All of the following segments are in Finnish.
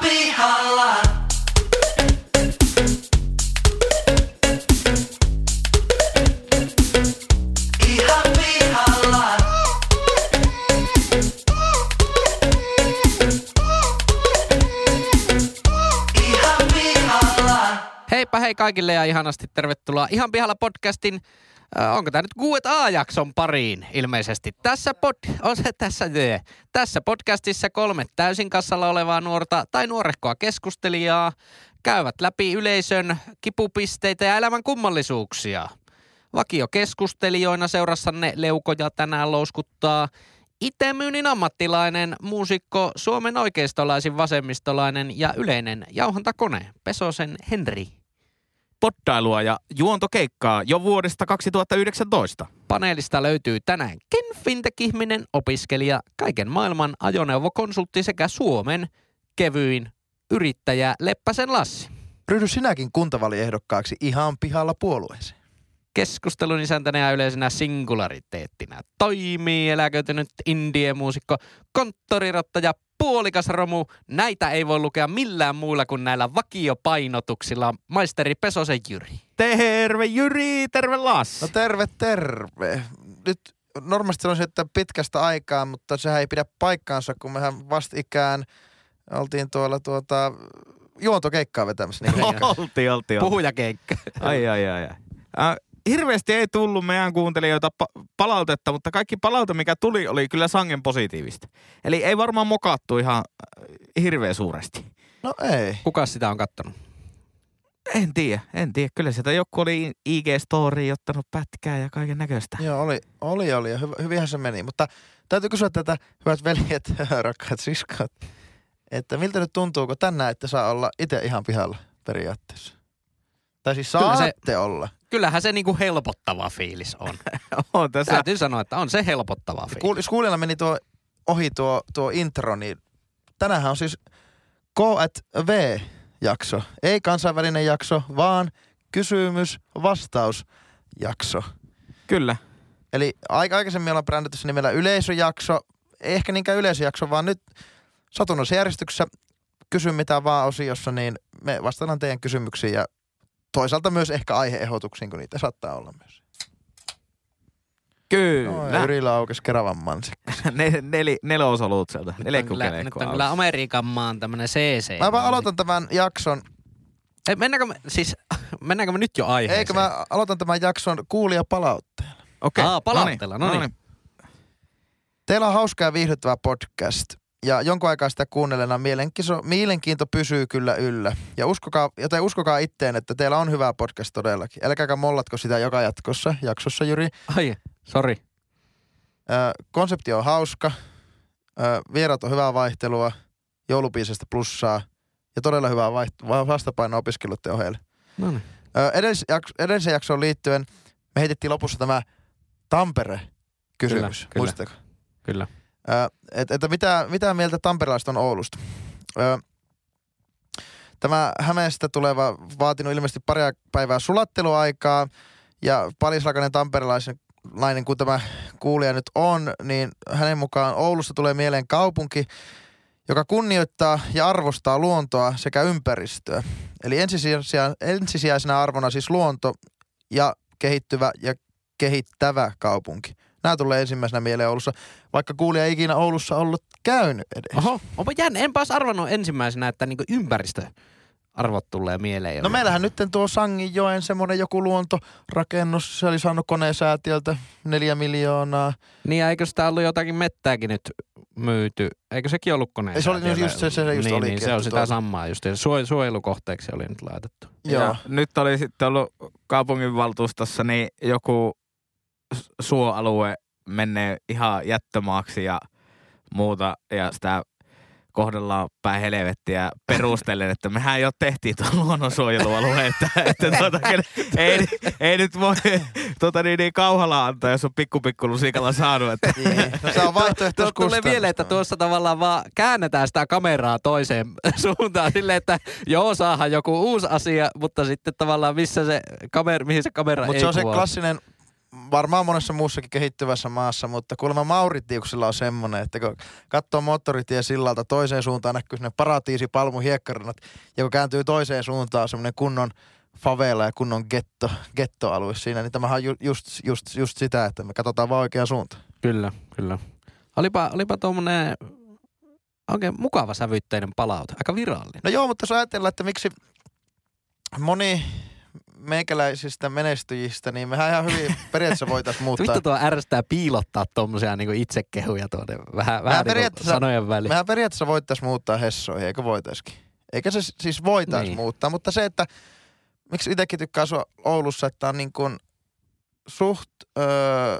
pihalla. Ihan pihalla. Ihan pihalla. Heippa hei kaikille ja ihanasti tervetuloa Ihan pihalla podcastin, äh, onko tämä nyt Q&A-jakson pariin ilmeisesti. Tässä, pod, on se, tässä, ee, tässä podcastissa kolme täysin kassalla olevaa nuorta tai nuorekkoa keskustelijaa käyvät läpi yleisön kipupisteitä ja elämän kummallisuuksia. Vakiokeskustelijoina seurassanne leukoja tänään louskuttaa itemyynnin ammattilainen, muusikko, Suomen oikeistolaisin vasemmistolainen ja yleinen jauhantakone, Pesosen Henri. poddailua ja juontokeikkaa jo vuodesta 2019. Paneelista löytyy tänään Ken Fintech-ihminen, opiskelija, kaiken maailman ajoneuvokonsultti sekä Suomen kevyin yrittäjä Leppäsen Lassi. Ryhdy sinäkin kuntavaaliehdokkaaksi ihan pihalla puolueeseen. Keskustelun isäntänä ja yleisenä singulariteettina toimii eläköitynyt indie-muusikko, konttorirottaja, puolikas romu. Näitä ei voi lukea millään muulla kuin näillä vakiopainotuksilla. Maisteri Pesosen Jyri. Terve Jyri, terve Lassi. No terve, terve. Nyt normaalisti sanoisin, että pitkästä aikaa, mutta sehän ei pidä paikkaansa, kun mehän vastikään oltiin tuolla tuota, juontokeikkaa vetämässä. Niin kuin- oltiin, oltiin. oltiin. Puhujakeikka. Ai, ai, ai, ai. Äh, hirveästi ei tullut meidän kuuntelijoita pa- palautetta, mutta kaikki palaute, mikä tuli, oli kyllä sangen positiivista. Eli ei varmaan mokattu ihan äh, hirveän suuresti. no ei. Kuka sitä on kattonut? En tiedä, en tiedä. Kyllä sieltä joku oli IG-storiin ottanut pätkää ja kaiken näköistä. Joo, oli, oli, oli ja hyvä, hyvinhän se meni. Mutta täytyy kysyä tätä, hyvät veljet, rakkaat siskot, että miltä nyt tuntuuko tänään, että saa olla itse ihan pihalla periaatteessa? Tai siis Kyllä se- saatte olla. Kyllähän se niinku helpottava fiilis on. On tässä Täytyy sanoa, että on se helpottava fiilis. Kuul- jos kuulijalla meni tuo ohi tuo, tuo intro, niin tänähän on siis K at V jakso. Ei kansainvälinen jakso, vaan kysymys, vastaus jakso. kyllä. Eli aika aikaisemmin ollaan brändätty se nimellä yleisöjakso. Ei ehkä niinkään yleisöjakso, vaan nyt satunnaisessa järjestyksessä kysy mitä vaan osiossa, niin me vastaillaan teidän kysymyksiin ja toisaalta myös ehkä aiheehdotuksiin, kun niitä saattaa olla myös. Kyllä. No, Yrillä aukesi Keravan mansikka. ne, neli, nelosolut sieltä. Nyt on, kyllä, Nelikukeleekku nyt on kyllä Amerikan maan tämmönen CC. Mä vaan aloitan tämän jakson Ei, mennäänkö, me, siis, mennäänkö me nyt jo aiheeseen? Eikö mä aloitan tämän jakson kuulijapalautteella. Okei. Aa, palautteella, no niin. Teillä on hauska ja viihdyttävä podcast. Ja jonkun aikaa sitä kuunnellena mielenkiinto, mielenkiinto pysyy kyllä yllä. Ja uskokaa, joten uskokaa itteen, että teillä on hyvä podcast todellakin. Älkääkä mollatko sitä joka jatkossa, jaksossa Jyri. Ai, sori. Ö, konsepti on hauska. Ö, vierat on hyvää vaihtelua. Joulupiisestä plussaa. Ja todella hyvää vaiht- va- vastapainoa opiskeluiden ohjeelle. No niin. Ö, edellis- jakso, edelliseen jaksoon liittyen me heitettiin lopussa tämä Tampere-kysymys. Kyllä, kyllä. Kyllä, kyllä. Muistatteko? Kyllä. Ö, et, että mitä, mitä mieltä tamperelaiset on Oulusta? Ö, tämä Hämeestä tuleva vaatinut ilmeisesti pari päivää sulatteluaikaa ja palisrakainen tamperelaisen nainen, kun tämä kuulija nyt on, niin hänen mukaan Oulusta tulee mieleen kaupunki, joka kunnioittaa ja arvostaa luontoa sekä ympäristöä. Eli ensisijais- ensisijaisena arvona siis luonto ja kehittyvä ja kehittävä kaupunki. Nämä tulee ensimmäisenä mieleen Oulussa, vaikka kuulija ei ikinä Oulussa ollut käynyt edes. Oho, onpa jännä. Enpä olisi arvannut ensimmäisenä, että niinku ympäristöarvot tulee mieleen. No meillähän nyt tuo Sanginjoen semmoinen joku luontorakennus, se oli saanut koneesäätiöltä neljä miljoonaa. Niin, ja eikö sitä ollut jotakin mettääkin nyt myyty? Eikö sekin ollut koneen? Ei, se oli säätiöllä? just se- se- se just niin, olikin, niin, se on että tuota- sitä tuo- samaa just. Suoj- suojelukohteeksi oli nyt laitettu. Joo. Ja nyt oli sitten ollut kaupunginvaltuustossa niin joku s- suoalue menee ihan jättömaaksi ja muuta ja sitä kohdellaan päin helvettiä perustellen, että mehän jo tehtiin tuon luonnonsuojelualueen, että, että tuota, ken- ei, ei, nyt voi tuota niin, niin kauhalla antaa, jos on pikku pikku lusikalla saanut. Että, Niin. No, se on Tuo vaihtoehtoiskustannus. tulee mieleen, että tuossa tavallaan vaan käännetään sitä kameraa toiseen suuntaan silleen, että joo, saahan joku uusi asia, mutta sitten tavallaan missä se kamer, mihin se kamera Mutta ei se on se kuvaa. klassinen varmaan monessa muussakin kehittyvässä maassa, mutta kuulemma Mauritiuksella on semmoinen, että kun katsoo moottoritie sillalta toiseen suuntaan näkyy sinne paratiisi palmu hiekkarannat ja kun kääntyy toiseen suuntaan on semmoinen kunnon favela ja kunnon getto, gettoalue siinä, niin tämähän on ju, just, just, just, sitä, että me katsotaan vaan oikeaan suuntaan. Kyllä, kyllä. Olipa, olipa tuommoinen oikein mukava sävytteinen palaute, aika virallinen. No joo, mutta jos ajatellaan, että miksi moni meikäläisistä menestyjistä, niin mehän ihan hyvin periaatteessa voitaisiin muuttaa. Vittu tuo ärsyttää piilottaa tuommoisia niinku itsekehuja tuonne vähän, vähän niinku periaatteessa- sanojen väliin. Mehän periaatteessa voittaisi muuttaa Hessoihin, eikö voitaiskin? Eikä se s- siis voitaisi Niin. niin. muuttaa, mutta se, että miksi itsekin tykkää asua Oulussa, että on niin kuin suht öö,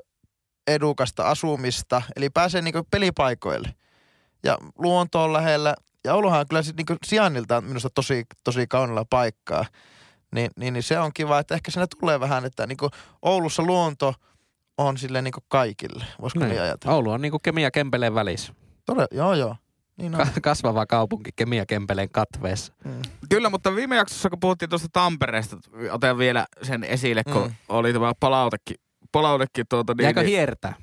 edukasta asumista, eli pääsee niin kuin pelipaikoille. Ja luonto on lähellä, ja Ouluhan on kyllä sit niin kuin sijainniltaan minusta tosi, tosi kaunilla paikkaa. Niin, niin, niin se on kiva, että ehkä siinä tulee vähän, että niin kuin Oulussa luonto on sille niin kuin kaikille, voisiko niin, Niin. niin ajatella. Oulu on niinku Kemi ja Kempeleen välissä. Todella, joo, joo. Niin on. Ka- kasvava kaupunki Kemi ja Kempeleen katveessa. Mm. Kyllä, mutta viime jaksossa, kun puhuttiin tuosta Tampereesta, otan vielä sen esille, kun Mm. mm. oli tämä palautekin. palautekin tuota, niin, Jääkö niin, hiertää?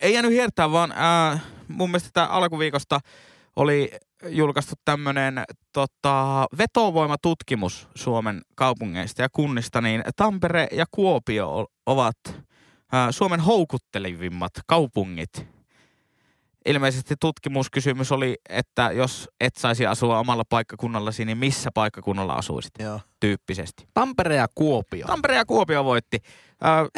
ei jäänyt hiertää, vaan äh, mun mielestä tämä alkuviikosta oli julkaistu tämmöinen tota, vetovoimatutkimus Suomen kaupungeista ja kunnista, niin Tampere ja Kuopio o- ovat äh, Suomen houkuttelevimmat kaupungit. Ilmeisesti tutkimuskysymys oli, että jos et saisi asua omalla paikkakunnallasi, niin missä paikkakunnalla asuisit Joo. tyyppisesti. Tampere ja Kuopio. Tampere ja Kuopio voitti.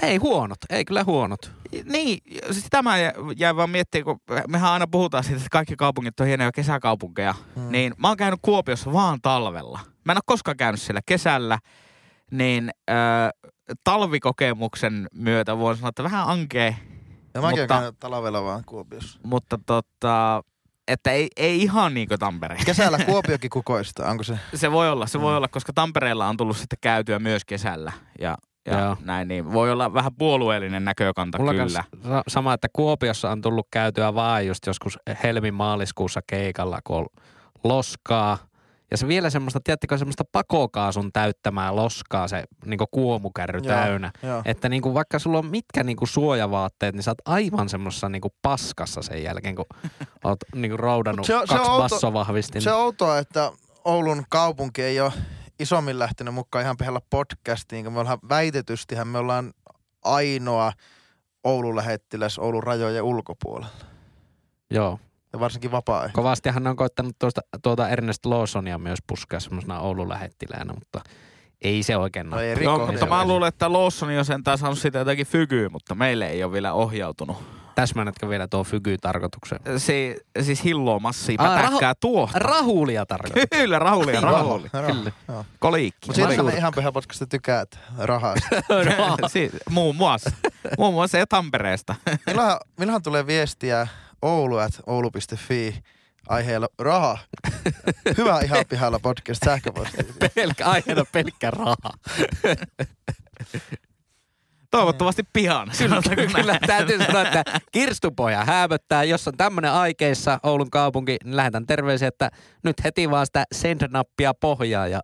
Äh, ei huonot, ei kyllä huonot. niin, siis tämä jäi vaan miettimään, kun mehän aina puhutaan siitä, että kaikki kaupungit on hienoja kesäkaupunkeja. Mm. Hmm. Mm. Niin mä oon käynyt Kuopiossa vaan talvella. Mä en ole koskaan käynyt siellä kesällä. Niin äh, talvikokemuksen myötä voin sanoa, että vähän ankee, Ja mäkin Mutta- mutta... käynyt talvella vaan Kuopiossa. mutta tota, että ei, ei ihan niin kuin Tampere. Kesällä Kuopiokin kukoista, onko se? Se voi olla, se mm. Hmm. Mm. voi olla, koska Tampereella on tullut sitten käytyä myös kesällä. Ja, ja Joo. näin, niin voi olla vähän puolueellinen näkökanta Mulla No kyllä. kans sa- sama, että Kuopiossa on tullut käytyä vaan just joskus helmi-maaliskuussa keikalla, kun on loskaa. Ja se vielä semmoista, tiedättekö, semmoista pakokaasun täyttämää loskaa, se niin kuomukärry Joo. täynnä. Joo. Että niin kuin vaikka sulla on mitkä niin kuin suojavaatteet, niin sä oot aivan semmoisessa niin kuin paskassa sen jälkeen, kun oot niin kuin roudannut Se se on- on, se on kaksi outo- bassovahvistin. Se on outoa, että Oulun kaupunki ei ole isommin lähtenyt mukaan ihan pihalla podcastiin, kun me ollaan väitetystihän me ollaan ainoa Oulun lähettiläs Oulun rajojen ulkopuolella. Joo. Ja varsinkin vapaa Kovastihan ne on koittanut tuosta, tuota Ernest Lawsonia myös puskea semmoisena Oulun lähettiläänä, mutta ei se oikein No ei nappaa. riko. Joo, mutta mä luulen, että Lawson on sentään saanut siitä jotakin fykyä, mutta meille ei ole vielä ohjautunut. Täsmännätkö vielä tuo fyky tarkoitukseen? Si- siis hilloa massia, Aa, pätäkkää tuo. Rahulia tarkoittaa. Kyllä, rahuli, rahuli. Kyllä. Koliikki. Mutta siitä Mä- me ihan pihan podcasta tykäät rahasta. No, si- muun muassa. muun muassa ja Tampereesta. Milloinhan, milloinhan tulee viestiä oulu at oulu.fi aiheella raha. Hyvä ihan pihalla podcast sähköpostiin. pelkkä, aiheena pelkkä raha. Toivottavasti pian. Sanotaanko näin? Kyllä täytyy sanoa, että kirstupoja häämöttää. Jos on tämmöinen aikeissa Oulun kaupunki, niin lähetän terveisiä, että nyt heti vaan sitä send-nappia pohjaa ja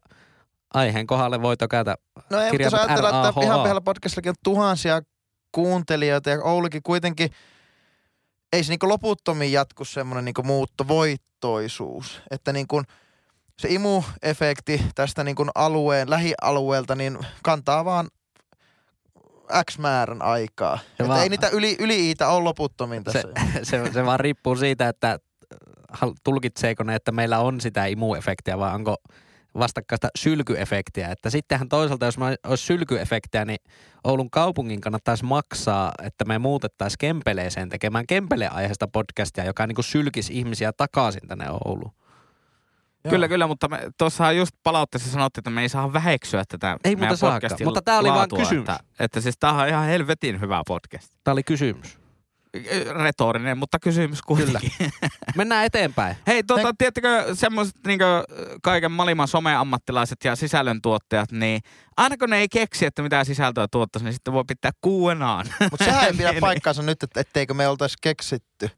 aiheen kohdalle voi tokätä. No ei, mutta jos Kirjaimet ajatellaan, että RAHA. ihan pihalla podcastillakin on tuhansia kuuntelijoita ja Oulukin kuitenkin, ei se niinku loputtomiin jatku semmoinen niinku muuttovoittoisuus. Että niinku se imuefekti tästä niinku alueen, lähialueelta, niin kantaa vaan X määrän aikaa. Että vaan- ei niitä yli, yli-iitä ole loputtomiin tässä. Se, se, se vaan riippuu siitä, että äh, hal- tulkitseeko ne, että meillä on sitä imuefektiä vai onko vastakkaista sylkyefektiä. Että sittenhän toisaalta, jos mä olisi sylkyefektiä, niin Oulun kaupungin kannattaisi maksaa, että me muutettaisiin Kempeleeseen tekemään Kempele-aiheesta podcastia, joka niin kuin sylkisi ihmisiä takaisin tänne Ouluun. Joo. Kyllä, kyllä, mutta me, tuossahan just palautteessa sanottiin, että me ei saa väheksyä tätä Ei meidän muuta saakaan, podcastin mutta tää oli vaan laatua, kysymys. Että, että siis tämähän on ihan helvetin hyvä podcast. Tämä oli kysymys. Retorinen, mutta kysymys kuitenkin. Kyllä. Mennään eteenpäin. Hei, tota, Te... tiedättekö semmoiset niinku, kaiken maailman someammattilaiset ja sisällöntuottajat, niin aina kun ne ei keksi, että mitä sisältöä tuottaisi, niin sitten voi pitää kuunaan. Mutta sehän ei pidä Niin, paikkaansa nyt, että etteikö me oltaisi keksitty.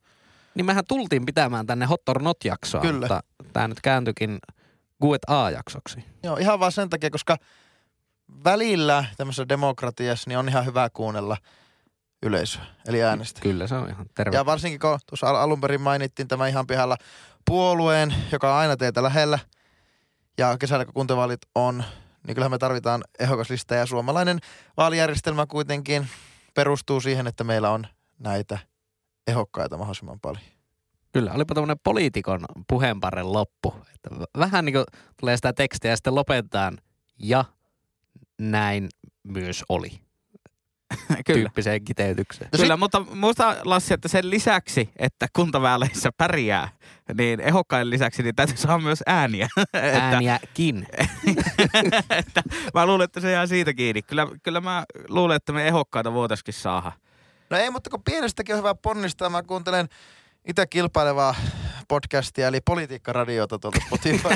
Niin mehän tultiin pitämään tänne Hot or Not-jaksoa, Kyllä. mutta tämä nyt kääntyikin Guet A-jaksoksi. Joo, ihan vaan sen takia, koska välillä tämmöisessä demokratiassa niin on ihan hyvä kuunnella yleisöä, eli äänestä. Kyllä se on ihan terve. Ja varsinkin kun tuossa al- alun perin mainittiin tämä ihan pihalla puolueen, joka on aina teitä lähellä, ja kesällä kun kuntavaalit on, niin kyllähän me tarvitaan ehdokaslista ja suomalainen vaalijärjestelmä kuitenkin perustuu siihen, että meillä on näitä ehokkaita mahdollisimman paljon. Kyllä, olipa tämmöinen poliitikon puheenparren loppu. Että v- vähän niin kuin tulee sitä tekstiä ja sitten lopetetaan. Ja näin myös oli. Kyllä. Tyyppiseen kiteytykseen. No Kyllä, mutta muista Lassi, että sen lisäksi, että kuntavääleissä pärjää, niin ehokkaiden lisäksi niin täytyy saada myös ääniä. että, Ääniäkin. että, mä luulen, että se jää siitä kiinni. Kyllä, kyllä mä luulen, että me ehokkaita voitaisiin saada. No ei, mutta kun pienestäkin on hyvä ponnistaa. Mä kuuntelen itse kilpailevaa podcastia, eli politiikkaradiota tuolta Spotify.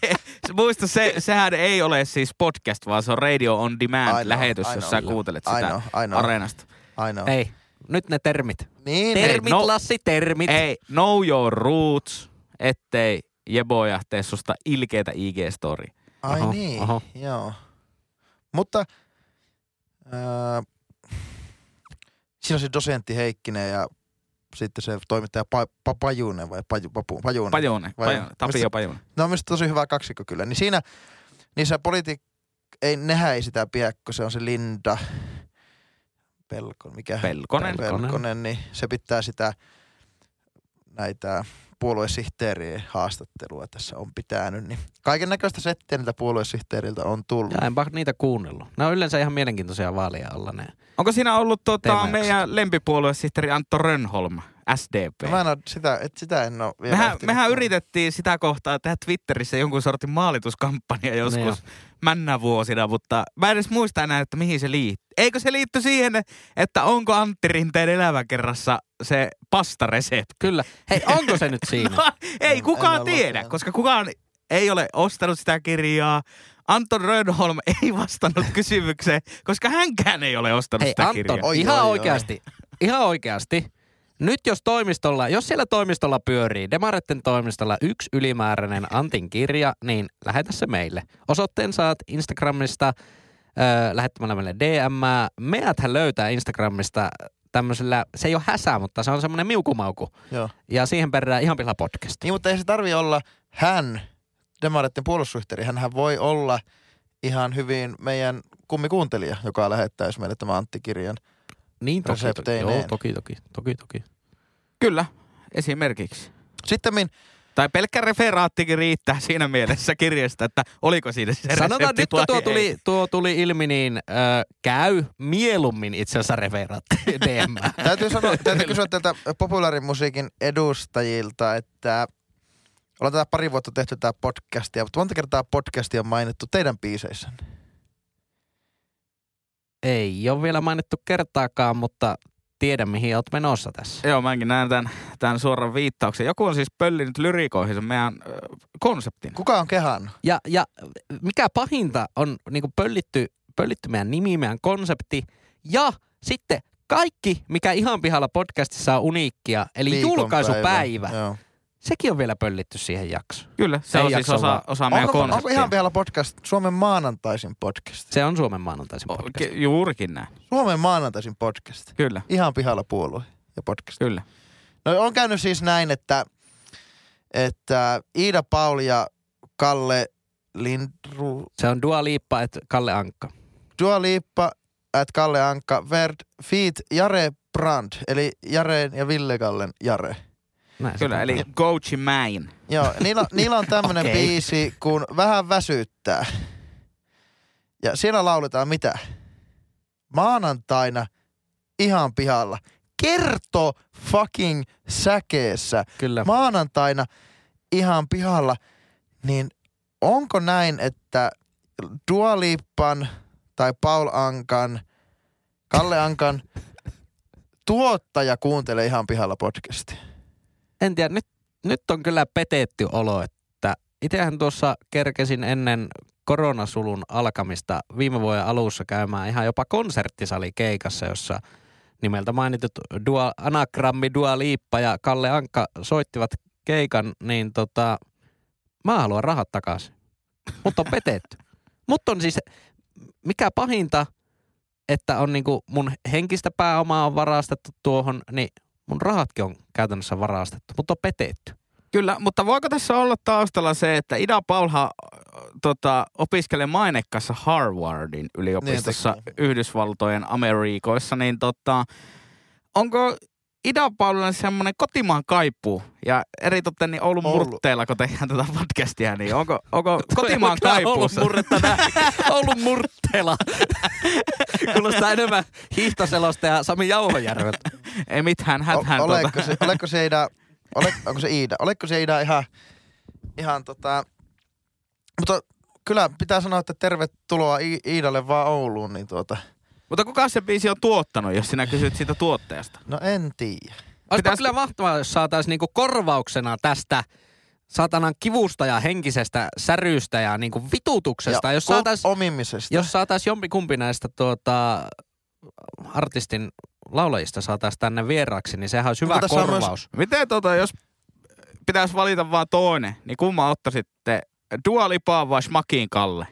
Se- Muista, se, sehän ei ole siis podcast, vaan se on Radio on Demand-lähetys, Ainoa, jos sä ainoa, kuuntelet sitä ainoa, ainoa, areenasta. ainoa. Ei, nyt ne termit. Niin, ei. Termit, no- Lassi, termit. Ei, know your roots, ettei jeboja tee susta ilkeitä IG-story. Ai Oho, oho, niin, oho. oho. joo. Mutta äh, siinä on se dosentti Heikkinen ja sitten se toimittaja pa, pa, Pajunen vai paju, papu, Pajunen. Pajunen, Vai- Pajunen, Tapio Mistä- Pajunen. Ne on myös No, tosi hyvä kaksikko kyllä. Niin siinä niissä poliitik... Ei, nehän ei sitä pidä, kun se on se Linda Pelkon, mikä Pelkonen. Pelkonen. Pelkonen, niin se pitää sitä näitä puoluesihteerien haastattelua tässä on pitänyt. Niin kaiken näköistä settiä niiltä puoluesihteeriltä on tullut. Ja enpä niitä kuunnellut. Ne on yleensä ihan mielenkiintoisia vaalia olla ne. Onko siinä ollut tuota, Teemajaksot. meidän lempipuoluesihteeri Antto Rönholm, SDP? No mä en oo, sitä, et sitä en ole vielä Mehän, ehtinyt mehän kuulla. yritettiin sitä kohtaa tehdä Twitterissä jonkun sortin maalituskampanja No joo. joskus männä vuosina, mutta mä en edes muista enää, että mihin se liittyy. Eikö se liitty siihen, että onko Antti Rinteen elämäkerrassa se pastaresepti? Kyllä. Hei, onko se nyt siinä? No, ei En- en kukaan ole tiedä, lukenut. koska kukaan ei ole ostanut sitä kirjaa. Anton Rödholm ei vastannut kysymykseen, koska hänkään ei ole ostanut Hei sitä Anton, kirjaa. Oi, ihan oi, oi. oikeasti, ihan oikeasti. Nyt jos toimistolla, jos siellä toimistolla pyörii, Demaretten toimistolla yksi ylimääräinen Antin kirja, niin lähetä se meille. Osoitteen saat Instagramista äh, lähettämällä meille DM. Meäthän löytää Instagramista tämmöisellä, se ei ole häsää, mutta se on semmoinen miukumauku. Joo. Ja siihen perään ihan pihla podcast. Niin, mutta ei se tarvi olla hän, demareiden puolustussuhteeri. Hänhän voi olla ihan hyvin meidän kummikuuntelija, joka lähettäisi meille tämän Antti-kirjan. Niin toki, toki, resepteineen. joo, toki, toki, toki, toki. Kyllä, esimerkiksi. Sittemmin, Tai pelkkä referaattikin riittää siinä mielessä kirjasta, että oliko siinä se Sanotaan resepti nyt, kun vai tuo ei. tuli, tuo tuli ilmi, niin ö, käy mieluummin itse asiassa referaatti DM. täytyy, sanoa, täytyy kysyä tältä populaarimusiikin edustajilta, että ollaan tätä pari vuotta tehty tämä podcastia, mutta monta kertaa podcastia on mainittu teidän biiseissänne. Ei ole vielä mainittu kertaakaan, mutta tiedän mihin olet menossa tässä. Joo, mäkin näen tämän, tämän suoran viittauksen. Joku on siis pöllinyt lyrikoihin sen meidän äh, konseptin. Kuka on kehannut? Ja, ja mikä pahinta on niin kuin pöllitty, pöllitty meidän nimi, meidän konsepti ja sitten kaikki, mikä ihan pihalla podcastissa on uniikkia, eli julkaisupäivä, Joo. sekin on vielä pöllitty siihen jaksoon. Kyllä, se Ei on siis jaksa vaan. osa, osa meidän Onko, konseptia. onko ihan vielä podcast Suomen maanantaisin podcast? Se on Suomen maanantaisin podcast. Ke- Juurikin näin, Suomen maanantaisin podcast. kyllä, Ihan pihalla puolue ja podcast. kyllä. No on käynyt siis näin, että, että Iida Pauli ja Kalle Lindru, Se on Dua Liippa et Kalle Ankka. Dua Liippa, at Kalle Ankka, Verd, Feet, Jare Brand, eli Jareen ja Ville Kallen Jare. Näin se Kyllä, eli tuntuu. Goji Main. Joo, niillä, niillä on tämmönen Okei. okay. biisi, kun vähän väsyttää. Ja siellä lauletaan mitä? Maanantaina ihan pihalla. Kerto fucking säkeessä. Kyllä. maanantaina ihan pihalla, niin onko näin, että Dualippan tai Paul Ankan, Kalle Ankan tuottaja kuuntelee ihan pihalla podcastia? en tiedä, nyt, nyt on kyllä petetty olo, että itsehän tuossa kerkesin ennen koronasulun alkamista viime vuoden alussa käymään ihan jopa konserttisali keikassa, jossa nimeltä mainitut Dua, anagrammi Dua Liippa ja Kalle Ankka soittivat keikan, niin tota, mä haluan rahat takaisin. Mut on petetty. Mut on siis, mikä pahinta, että on niinku mun henkistä pääomaa on varastettu tuohon, niin mun rahatkin on käytännössä varastettu, mutta on petetty. Kyllä, mutta voiko tässä olla taustalla se, että Ida Paulha äh, tota, opiskelee mainekkaassa Harvardin yliopistossa Niin, Yhdysvaltojen Amerikoissa, niin tota, onko Ida Paulilla semmoinen kotimaan kaipuu ja eri totta niin Oulun Oulu. murteilla, kun tehdään tätä podcastia, niin onko, onko kotimaan Kyllä kaipuu? Oulun murretta nää. Oulun murteella. Kuulostaa enemmän hiihtoselosta ja Sami Jauhojärveltä. Ei mitään O- hätään. oletko, tota. tuota. se, oletko se Ida, ole, onko se Iida, oletko se Iida ihan, ihan tota, mutta kyllä pitää sanoa, että tervetuloa I- Iidalle vaan Ouluun, niin tuota, Mutta kuka se biisi on tuottanut, jos sinä kysyt siitä tuotteesta? no en tiedä. Olisi Pitäis- kyllä mahtavaa, jos saataisiin niinku korvauksena tästä saatanan kivusta ja henkisestä säryystä ja niinku vitutuksesta. jos ko- saataisiin Omimisesta. Jos saatais jompikumpi näistä tuota, artistin laulajista saatais tänne vieraksi, niin sehän olisi hyvä Mutta No, tässä on myös- korvaus. Miten tota, jos pitäisi valita vaan toinen, niin kumman ottaisitte? Dua Lipaa vai Smakin Kalle?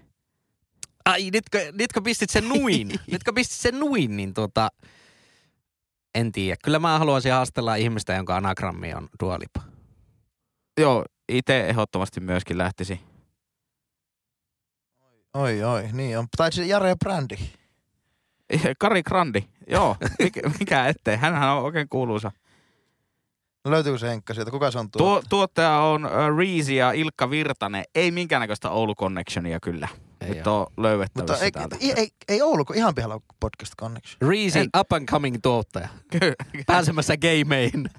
Ai, nytkö, nytkö pistit sen nuin? nytkö pistit sen nuin, niin tuota, en tiedä. Kyllä mä haluaisin haastella ihmistä, jonka anagrammi on dualipa. Joo, itse ehdottomasti myöskin lähtisi. Oi, oi, niin on. Tai siis Jare Brändi. Kari Grandi, joo, mikä, mikä ettei. Hänhän on oikein kuuluisa. No löytyykö se Henkka sieltä? Kuka se on tuo? Tuo, tuottaja on äh, Reezy ja Ilkka Virtanen. Ei minkäännäköistä Oulu Connectionia kyllä. Ei Ei Nyt oo. on löydettävissä Mutta ei, täältä. ei, ei, ei Oulu, kun ihan pihalla on podcast connection. Reezy, En- up and coming tuottaja. Kyllä, Pääsemässä gameihin.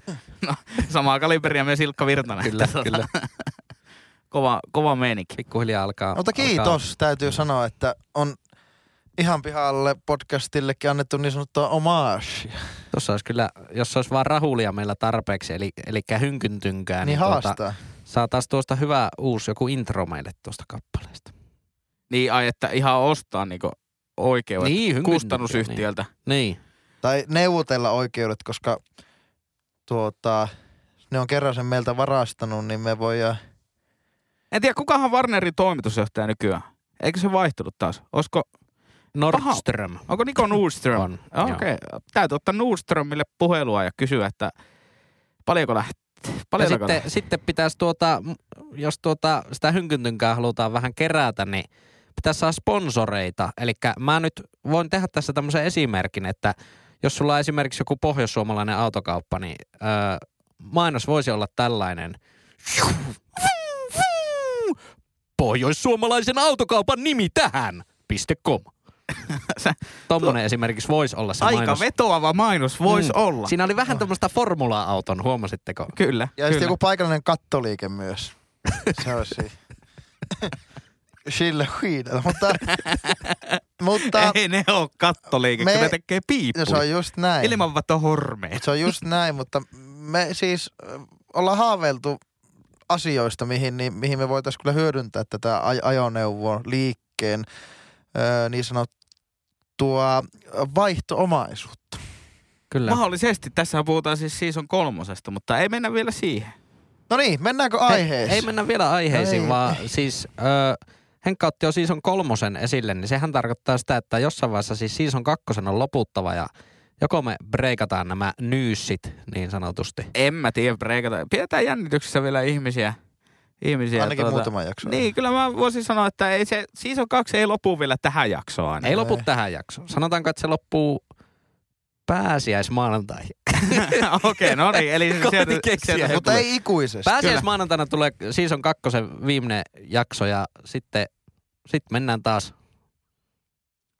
Samaa kaliberia myös Ilkka Virtanen. kyllä, Että tota, kyllä. Kova, kova meininki. Pikkuhiljaa alkaa. Mutta Alkaa. kiitos, täytyy sanoa, että on ihan pihalle podcastillekin annettu niin sanottua omaasia. Tuossa olisi kyllä, jos olisi vaan rahulia meillä tarpeeksi, eli, eli hynkyntynkkää, niin, Niin, tuota, haastaa. Saataisiin tuosta hyvä uusi joku intro meille tuosta kappaleesta. Niin, ai että ihan ostaa niinku oikeudet Niin, hyvin kustannusyhtiöltä. Niin. niin. Tai neuvotella oikeudet, koska tuota, ne on kerran sen meiltä varastanut, niin me voidaan... En tiedä, kukahan Warnerin toimitusjohtaja nykyään? Eikö se vaihtunut taas? Olisiko, Nordström onko Niko Nordström? on. Joo, joo. Okei, okay. täytyy ottaa Nordströmille puhelua ja kysyä, että paljonko lähtee? Ja Paljonko sitten, sitten pitäisi tynkää jos tuota sitä hynkyntynkää halutaan vähän kerätä, niin pitäisi saada sponsoreita. Eli mä nyt voin tehdä tässä tämmöisen esimerkin, että jos sulla on esimerkiksi joku pohjoissuomalainen autokauppa, niin öö, mainos voisi olla tällainen. Pohjoissuomalaisen autokaupan nimi tähän. .com. Sä- Tommonen esimerkiksi voisi olla se Aika mainos. vetoava mainos voisi Mm. olla. Siinä oli vähän tämmöistä formula-auton, huomasitteko? Kyllä, Ja kyllä. sitten joku paikallinen kattoliike myös. Se olisi siinä. Sillä huidella, mutta... mutta Ei ne ole kattoliike, Me- kun ne tekee Niin no, se piippuja. on just näin. Ilmanvato hormeen. Se on just näin, mutta me siis äh, ollaan haaveiltu asioista, mihin, niin, mihin me voitaisiin kyllä hyödyntää tätä aj- ajoneuvon liikkeen ö, niin sanottua vaihto-omaisuutta. Kyllä. Mahdollisesti. Tässä puhutaan siis season kolmosesta, mutta ei mennä vielä siihen. No niin, mennäänkö Ei, aiheeseen? ei mennä vielä aiheisiin, Ei, vaan siis ö, Henkka otti jo season kolmosen esille, niin sehän tarkoittaa sitä, että jossain vaiheessa siis season kakkosen on loputtava ja joko me breikataan nämä nyyssit niin sanotusti. En mä tiedä, breikata. Pidetään jännityksessä vielä ihmisiä. ihmisiä Ainakin tuota, muutama jakso. Niin, kyllä mä voisin sanoa, että ei se, season kaksi ei lopu vielä tähän jaksoon. ainakaan. Ei lopu tähän jaksoon. Sanotaanko, että se loppuu pääsiäismaanantaihin. Okei, no niin, eli se Kohti sieltä, keksiä. sieltä Mutta ei ikuisesti. Pääsiäismaanantaina tulee season kakkosen viimeinen jakso ja sitten sit mennään taas.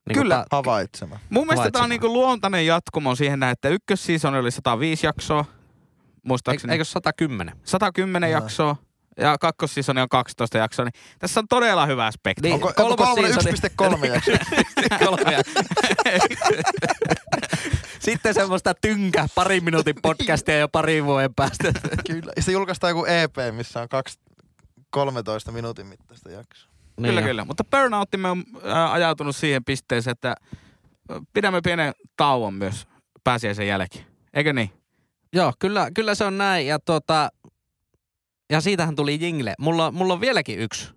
niinku Kyllä. ta- Havaitsema. Mun mielestä tämä Havaitsemaan. on niinku luontainen jatkumo siihen, näin, että ykkösseason oli 105 jaksoa, Eikö muistaakseni. eikö 110? 110 Joo. jaksoa ja kakkossisoni on 12 jaksoa, niin tässä on todella hyvä spektri. Niin, Onko, onko kolmas Niin. kolmonen seasoni- 1.3 jakso? kolmea. Sitten semmoista tynkä parin minuutin podcastia jo parin vuoden päästä. Kyllä. Ja sitten julkaistaan joku EP, missä on kaksi 13 minuutin mittaista jaksoa. Niin Kyllä, kyllä. Mutta burnouttimme on äh, ajautunut siihen pisteeseen, että äh, pidämme pienen tauon myös pääsiäisen jälkeen. Eikö niin? Joo, kyllä, kyllä tota, se on näin. Ja, tuota, ja siitähän tuli jingle. Mulla, mulla on vieläkin yksi,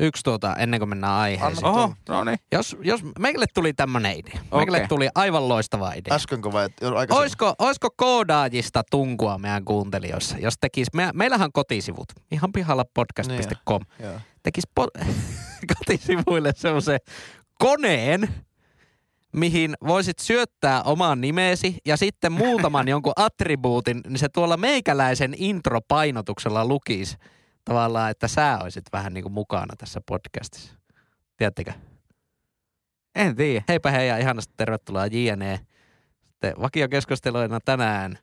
yksi tuota, ennen kuin mennään aiheeseen. Anna- Oho, no niin. Jos, jos meille tuli tämmöinen idea. Meille Okei. tuli aivan loistava idea. Äskenkö vai jo aikaisemmin? Oisko, oisko koodaajista tunkua meidän kuuntelijoissa, jos tekis, me, meillähän on kotisivut, ihan pihalla podcast.com, Joo. tekis po- kotisivuille semmoisen koneen, mihin voisit syöttää oman nimeesi ja sitten muutaman jonkun attribuutin, niin se tuolla meikäläisen intropainotuksella lukisi tavallaan, että sä olisit vähän niin kuin mukana tässä podcastissa. Tiedättekö? En tiedä. Heipä hei ja ihanasti tervetuloa JNE. Sitten vakiokeskusteluina tänään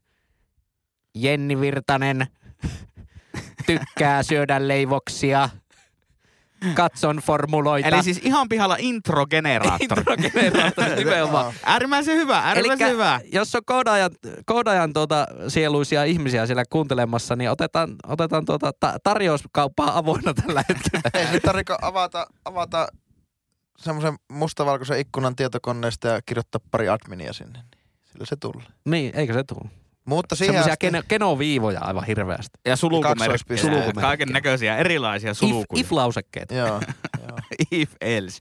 Jenni Virtanen tykkää syödä leivoksia. Katson formuloita. Eli siis ihan pihalla introgeneraattori. Introgeneraattori nimenomaan. Joo. äärimmäisen hyvä, Elikkä- äärimmäisen hyvä. Jos on koodaajan, koodaajan tuota sieluisia ihmisiä siellä kuuntelemassa, niin otetaan, otetaan tuota ta- tarjouskauppaa avoinna tällä hetkellä. Ei nyt tarvitse avata, avata semmoisen mustavalkoisen ikkunan tietokoneesta ja kirjoittaa pari adminia sinne. niin Sillä se tulee. niin, eikö se tule? Mutta siihen Semmoisia asti, keno, kenoviivoja aivan hirveästi. Ja kaksoispisteet. sulukumerkkejä. Kaiken Sulukumerkkejä. näköisiä erilaisia If, sulukuja. if-lausekkeet. Joo, joo. if else.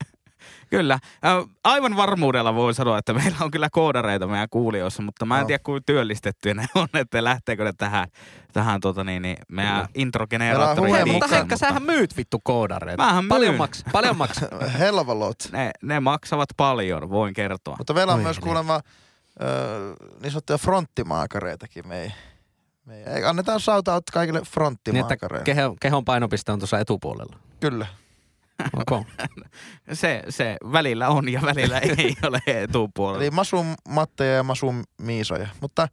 kyllä. Ö, Aivan varmuudella voi sanoa, että meillä on kyllä koodareita meidän kuulijoissa, mutta mä en Joo. tiedä kuin työllistettyjä ne on, että lähteekö ne tähän, tähän tuota niin, niin meidän Kyllä. Meillä on introgeneraattoriin. Hei, huono- mutta mukaan, Henkka, sähän myyt vittu koodareita. Mähän Paljon myyn. maksaa. Paljon maksaa. Helvalot. ne, ne maksavat paljon, voin kertoa. Mutta meillä on Oi myös helvetti. kuulemma ö, niin sanottuja fronttimaakareitakin. Me ei, me ei, ei- annetaan shoutout kaikille Niin, että fronttimaakareille. kehon, kehon painopiste on tuossa etupuolella. Kyllä. Okay. Se, se välillä on ja välillä ei ole etupuolella. Eli masun matteja ja masun miisoja. Mutta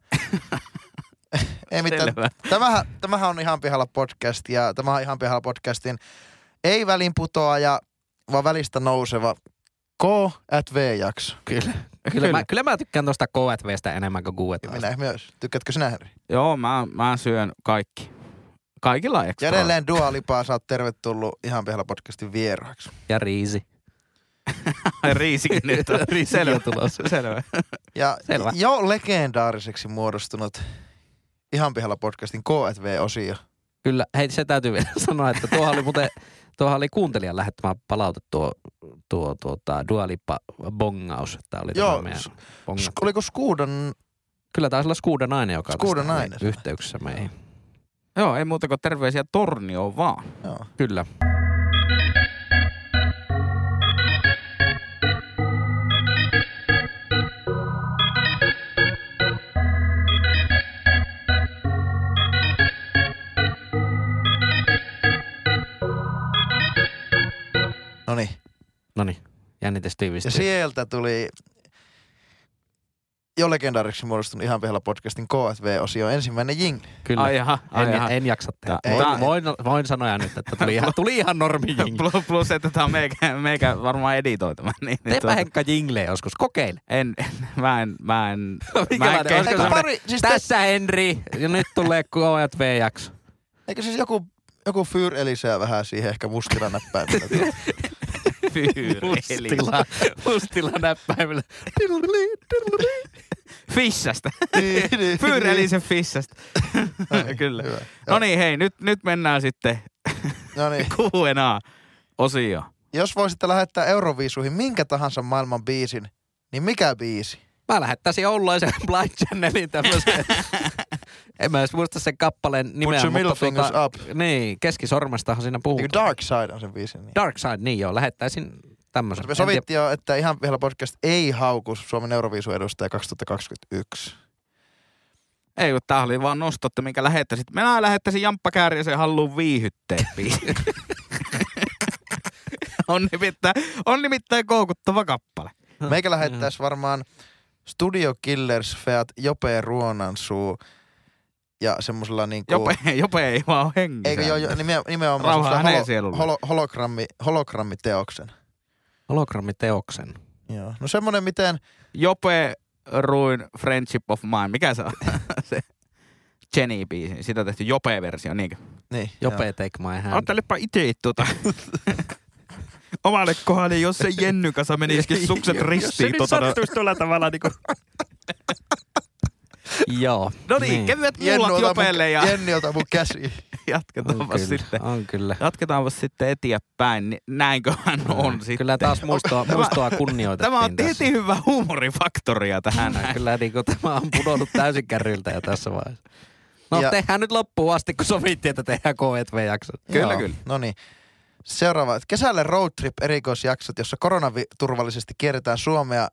ei mitään. Selvä. Tämähän, tämähän on ihan pihalla podcast ja tämä on ihan pihalla podcastin ei välin putoaja, vaan välistä nouseva K at V jakso. Kyllä. Kyllä, Mä, kyllä mä tykkään tuosta KFVstä enemmän kuin Ja QETA. minä myös. Tykkäätkö sinä Henri? Joo, mä, mä syön kaikki. Kaikilla Ja ekstra. edelleen Dua Lipaa, sä oot tervetullut ihan pihalla podcastin vieraaksi. Ja riisi. Ai, Niin, Riisikin nyt on. Riisikin Selvä. on tulossa. Selvä. Ja Selvä. jo legendaariseksi muodostunut ihan pihalla podcastin KFV-osio. Kyllä, hei se täytyy vielä sanoa, että tuohan oli muuten, tuohan oli kuuntelijan lähettämä palaute tuo, tuo tuota, dualippa bongaus. Tämä oli Joo, tämä meidän s- bongaus. Sk- Oliko Skuudan? Kyllä taisi olla Skuuda nainen, joka tästä Skuuda oli nainen. yhteyksissä meihin. Joo, ei muuta kuin terveisiä tornioon vaan. Joo. Kyllä. No niin. No niin, jännitys Ja tiivistyy. sieltä tuli jo legendaariseksi muodostunut ihan pihalla podcastin KFV-osio ensimmäinen jingli. Kyllä. Ai jaha, ai en, jaha. en jaksa tehdä. Tää- Voin, tää- voin, voin sanoa ja nyt, että tuli ihan, tuli ihan normi jingle. Plus, plus että tämä on meikä, meikä varmaan editoitama. Niin, niin Teepä Henkka jingle joskus, kokeile. en, mä en, mä en, mä Minkälainen? en Olisiko kehtaa. Eikö, semmonen- pari, siis täs... Tässä Henri, ja nyt tulee KJV-jakso. eikö siis joku, joku Fyr Elisää vähän siihen ehkä Niin, mustilla näppäimellä? Fyyri, eli Mustilla, mustilla näppäimellä. Tirli, tirli. Fissästä. Niin, niin, Fyyrelisen fissästä. No niin, Kyllä. hyvä. No niin, hei, nyt, nyt mennään sitten No niin. Q&A-osioon. Jos voisitte lähettää Euroviisuihin minkä tahansa maailman biisin, niin mikä biisi? Mä lähettäisin Oulaisen Blind Channelin tämmöisen. en mä edes muista sen kappaleen nimeä. your middle mutta fingers tuota, up. Niin, keskisormestahan siinä Eiku puhutaan. Niin Dark Side on sen biisin nimi. Dark Side, niin joo, lähettäisin tämmöisen. Me sovittiin jo, että ihan vielä podcast ei hauku Suomen Euroviisun edustaja 2021. Ei, kun tää oli vaan nosto, että minkä lähettäisit. Minä lähettäisin Jamppa Kääriäsen halluun viihytteen biisin. on, nimittäin, on nimittäin koukuttava kappale. Meikä lähettäis varmaan Studio Killers Feat Jope Ruonansuu ja semmoisella niinku... Jope, jope ei vaan ole hengissä. Eikö jo, jo nime, nimenomaan Rauha semmoisella hänen holo, sielulle. holo, hologrammi, hologrammiteoksen. Hologrammiteoksen. Joo. No semmonen miten... Jope Ruin Friendship of Mine. Mikä se on? se Jenny-biisi. Sitä tehty Jope-versio, niinkö? Niin, Jope, joo. take my hand. Ajattelepa itse tuota. Omalle kohdalle, jos se Jenny niin kanssa menisikin sukset ristiin. nyt tuota, sattuisi tuolla tavalla niin kuin... Joo. No niin, kevyet mullat ota mun, jopelle ja Jenni ota mun käsi. on jatketaanpas kyllä, sitten. on kyllä. Jatketaanpas sitten eteenpäin, niin näinköhän on sitten. Kyllä taas muistoa, Tämä- muistoa kunnioitettiin Tämä on tässä. heti hyvä huumorifaktoria tähän. Näin, Kyllä niin kuin, tämä on pudonnut täysin kärryiltä jo tässä vaiheessa. No Ja- tehdään nyt loppuun asti, kun sovittiin, että tehdään KETV-jakso. Kyllä, Joo, kyllä. No niin. Seuraava. Kesälle roadtrip erikoisjaksot, jossa koronaturvallisesti kierretään Suomea.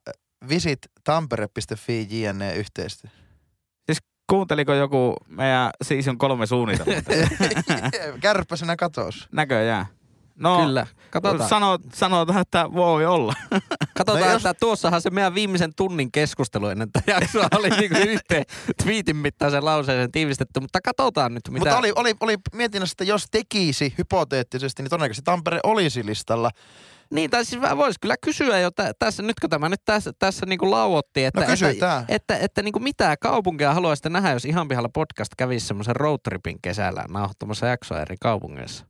Visit tampere.fi jne. yhteistyö. Kuunteliko joku meidän season kolme suunnitelma? Kärppäsenä katos. Näköjään. No, Kyllä. Katsotaan, Sano, sanotaan, että voi olla. katsotaan No no jos- että tuossahan se meidän viimeisen tunnin keskustelu ennen tätä jaksoa oli niin kuin yhteen twiitin mittaisen lauseeseen tiivistetty, mutta katsotaan nyt mitä. Mutta oli, oli, oli mietinnässä, että jos tekisi hypoteettisesti, niin todennäköisesti Tampere olisi listalla. Niin, tai siis voisi kyllä kysyä jo tä- tässä, nyt kun tämä nyt tässä, tässä niin kuin lauotti, että, No että, kysytään. että, että niin kuin mitä kaupunkeja haluaisitte nähdä, jos ihan pihalla podcast kävisi semmoisen roadtripin kesällä nauhoittamassa jaksoa eri kaupungeissa.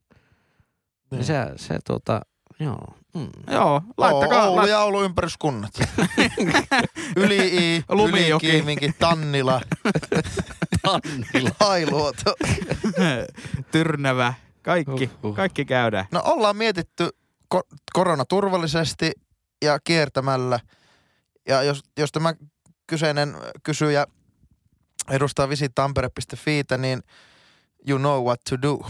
Niin. Niin. Se, se tuota, joo. Mm. Joo, laittakaa. Oo, Oulu lait- ja Oulu ympäryskunnat. Yli I, Lumijoki. Yli Kiiminki, Tannila, Tannilla. Hailuoto. Tyrnävä. Kaikki, Huhhuh. kaikki käydään. No ollaan mietitty ko- koronaturvallisesti ja kiertämällä. Ja jos, jos tämä kyseinen kysyjä edustaa visit tampere.fi, niin you know what to do.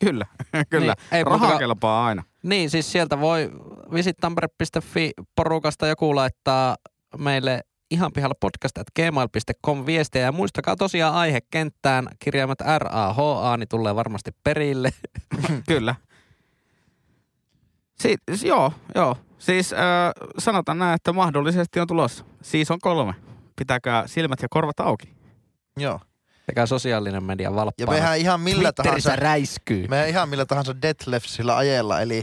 Kyllä, kyllä. Niin, ei Niin, Raha muuta- kelpaa aina. Niin, siis sieltä voi visittampere.fi porukasta joku laittaa meille ihan pihalla podcast at gmail.com viestejä. Ja muistakaa tosiaan aihekenttään kirjaimet RAHA, niin tulee varmasti perille. Kyllä. Si- s- joo, joo. Siis äh, sanotaan näin, että mahdollisesti on tulossa. Siis on kolme. Pitäkää silmät ja korvat auki. Joo. Sekä sosiaalinen media Ja valppaana. mehän ihan millä Twitterissä tahansa, räiskyy. mehän ihan millä tahansa Detlefsillä ajella, eli,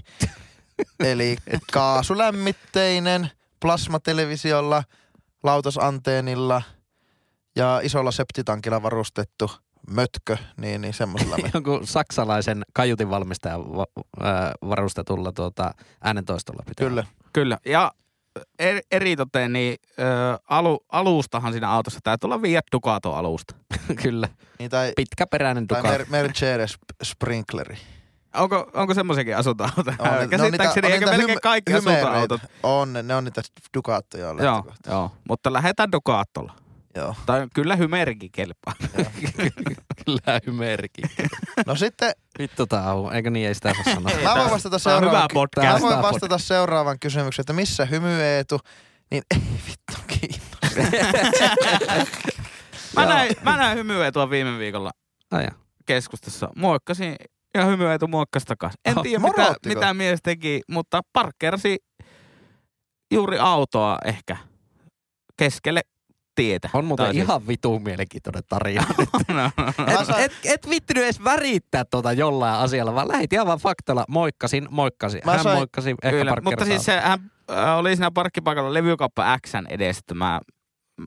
eli kaasulämmitteinen plasmatelevisiolla, lautasanteenilla ja isolla septitankilla varustettu mötkö, niin, niin semmoisella me Jonkun saksalaisen kajutinvalmistajan va- ää, varustetulla tuota, äänentoistolla pitää. Kyllä. Kyllä. Ja er, eritoten, niin äh, alu, alustahan siinä autossa täytyy olla Fiat Ducato alusta. Kyllä. Niin, tai, Pitkäperäinen tai duka. Mer- Mercedes sprinkleri. Onko, onko semmoisiakin asuntoautoja? On- ne on niitä- Käsittääkseni, on eikö niitä melkein hyme- kaikki hymereitä. asuntoautot? On, ne, ne on niitä Ducattoja Joo, lähtökohta. joo, mutta lähetään Ducatolla. Joo. Tai kyllä hymerikin kelpaa. Kyllä merkki. No sitten Vittu tää on. Eikö niin, ei sitä saa sanoa. mä voin tää- vastata Tämä on hyvä seuraavan, podcast. mä Tää voin on vastata seuraavan kysymyksen, että missä hymy Eetu? Niin ei vittu kiinni. Mä Joo. näin, mä näin hymyvetua viime viikolla Ai jaa. keskustassa. Muokkasin ja hymyvetu muokkasi takas. En Oho, tiedä mitä, morauttiko? mitä mies teki, mutta parkkerasi juuri autoa ehkä keskelle tietä. On muuten Tai siis- ihan vitun mielenkiintoinen tarina. No, no, no. Mä Et, sain- et, et vittynyt edes värittää tota jollain asialla, vaan lähit ihan vaan faktalla. Moikkasin, moikkasin. Mä Hän sain- moikkasi ehkä Kyllä, pari mutta siis sehän äh, oli siinä parkkipaikalla levykauppa Xn edestä. Mä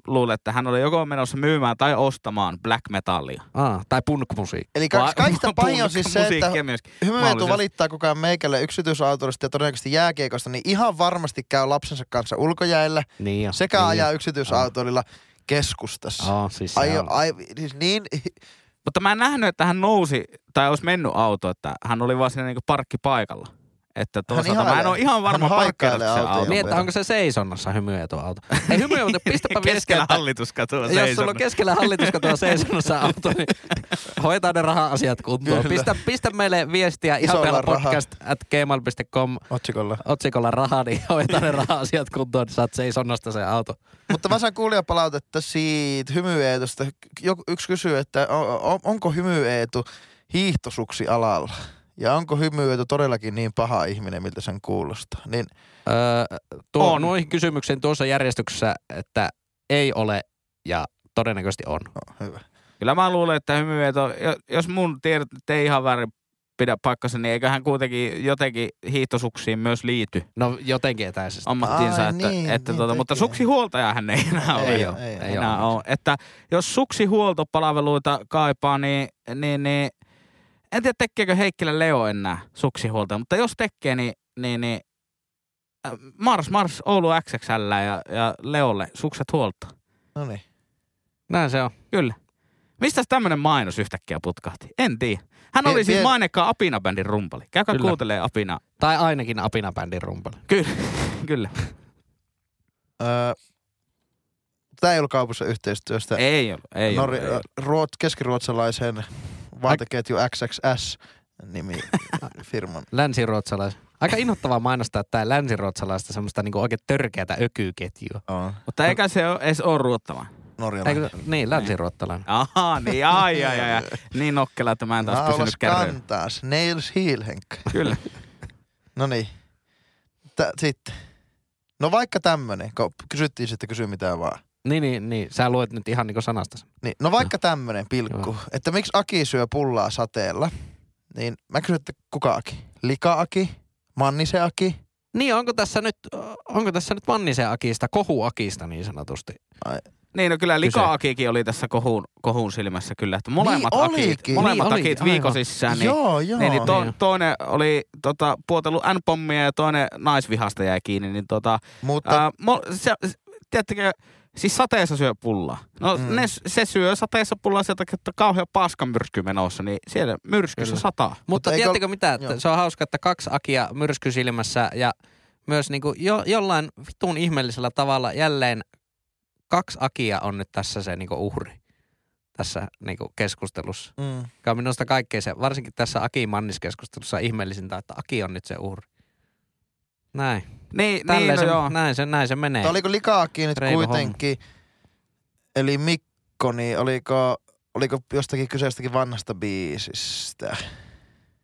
luulen, että hän oli joko menossa myymään tai ostamaan black metallia. Ah, tai punkmusiikki. Eli ka- Vai- kaikista pahin on siis se, että musiikkia siis- myöskin. hymy Eetu mahdollisesti. valittaa koko ajan meikälle yksityisautoista ja todennäköisesti jääkiekosta, niin ihan varmasti käy lapsensa kanssa ulkojäällä Niin jo. sekä niin. ajaa yksityisautoilla keskustassa. Oh, siis Ai, se on. ai, siis niin, Mutta mä en nähnyt, että hän nousi tai olisi mennyt auto, että hän oli vaan siinä niinku parkkipaikalla. Että toisaalta mä en ihailee. ole ihan varma Hän haikailee parkkeerasta se autoja. auto. Niin, että verran. onko se seisonnassa hymyä tuo auto? Ei hymyä, mutta pistäpä viestiä, Keskellä että hallituskatua jos sulla on keskellä hallituskatoa seisonnassa auto, niin hoitaa ne raha-asiat kuntoon. Kyllä. Pistä, pistä meille viestiä ihan Isolla vielä raha. podcast at gmail.com otsikolla. otsikolla raha, niin hoitaa ne raha-asiat kuntoon, niin saat seisonnasta se auto. Mutta mä sain kuulijapalautetta siitä hymyeetusta. Joku- Yksi kysyy, että o- o- onko hymyeetu hiihtosuksi alalla? Ja onko hymyeetu todellakin niin paha ihminen, miltä sen kuulostaa? Niin Öö, tuo, On. on. Noihin kysymyksiin tuossa järjestyksessä, että ei ole ja todennäköisesti on. no, hyvä. Kyllä mä luulen, että hymyveto, jo- jos mun tiedot nyt ei ihan väärin pidä paikkansa, niin eiköhän kuitenkin jotenkin hiihtosuksiin myös liitty No jotenkin etäisesti. ammattiinsa. Ai että, niin, että niin tuota, mutta tekee. suksihuoltajahan ei enää ole. Ei oo, ei enää oo. ole. Että jos suksihuoltopalveluita kaipaa, niin, niin, niin en tiedä tekeekö Heikkilä Leo enää suksihuolta, mutta jos tekee, niin, niin, niin äh, Mars, Mars Oulu XXL ja, ja Leolle sukset huolta. No niin. Näin se on. Kyllä. Mistä tämmöinen mainos yhtäkkiä putkahti? En tiedä. Hän oli Vie- siis vie- mainekkaan Apina-bändin rumpali. Käykää Kyllä. kuuntelee Apina. Tai ainakin Apina-bändin rumpali. Kyllä, kyllä. Öö, tämä ei ollut kaupassa yhteistyöstä. Ei ollut, ei ollut, Norri, ei ollut. ruot, keskiruotsalaisen vaateketju XXS nimi firman. Länsiruotsalais. Aika innoittavaa mainostaa tää länsiruotsalaista semmoista niinku oikein törkeätä ökyketjua. On. Mutta eikä se ole, edes ole ruottava. Norjalainen. Eikö, niin, länsiruotsalainen. Ahaa, niin ai, ai, ai, ai. Niin nokkela, että mä en taas pysynyt Naulas kärryillä. kantaas. Nails heel, Henk. Kyllä. No niin. Tä, sitten. No vaikka tämmönen, kun kysyttiin sitten kysy mitä vaan. Niin, niin, niin. Sä luet nyt ihan niinku sanasta. sen. Niin, no vaikka tämmönen pilkku, että miksi Aki syö pullaa sateella, niin mä kysyn, että kuka Aki? Lika Aki? Mannise Aki? Niin, onko tässä nyt, onko tässä nyt Mannisen Akista, kohuakista niin sanotusti? Niin, no kyllä Lika-Akikin oli tässä kohun, kohun silmässä kyllä. Että molemmat Niin akit, olikin. molemmat Niin oli, akit aivan. viikosissään. Niin, joo, joo. niin, niin to, Niin. toinen oli tota, puotellut N-pommia ja toinen naisvihasta jäi kiinni. Niin tota, Mutta ää, mo, se, se- tiedättekö, siis sateessa syö pullaa. No Mm. mm. ne, se syö sateessa pullaa sieltä, että on kauhea paskamyrsky menossa, niin siellä myrskyssä Kyllä. sataa. Mutta eikö- tiedättekö mitä, että joo. se on hauska, että kaksi akia myrskysilmässä ja myös niinku jo, jollain vitun ihmeellisellä tavalla jälleen kaksi akia on nyt tässä se niinku uhri tässä niinku keskustelussa. mm, Joka on minusta kaikkein se, varsinkin tässä Aki Mannis-keskustelussa on ihmeellisintä, että Aki on nyt se uhri. Näin. Niin, Tälleen niin no se, joo. näin, se, näin se menee. tai oliko Lika Aki nyt Reilu kuitenkin, eli Mikko, niin oliko, oliko jostakin kyseistäkin vanhasta biisistä?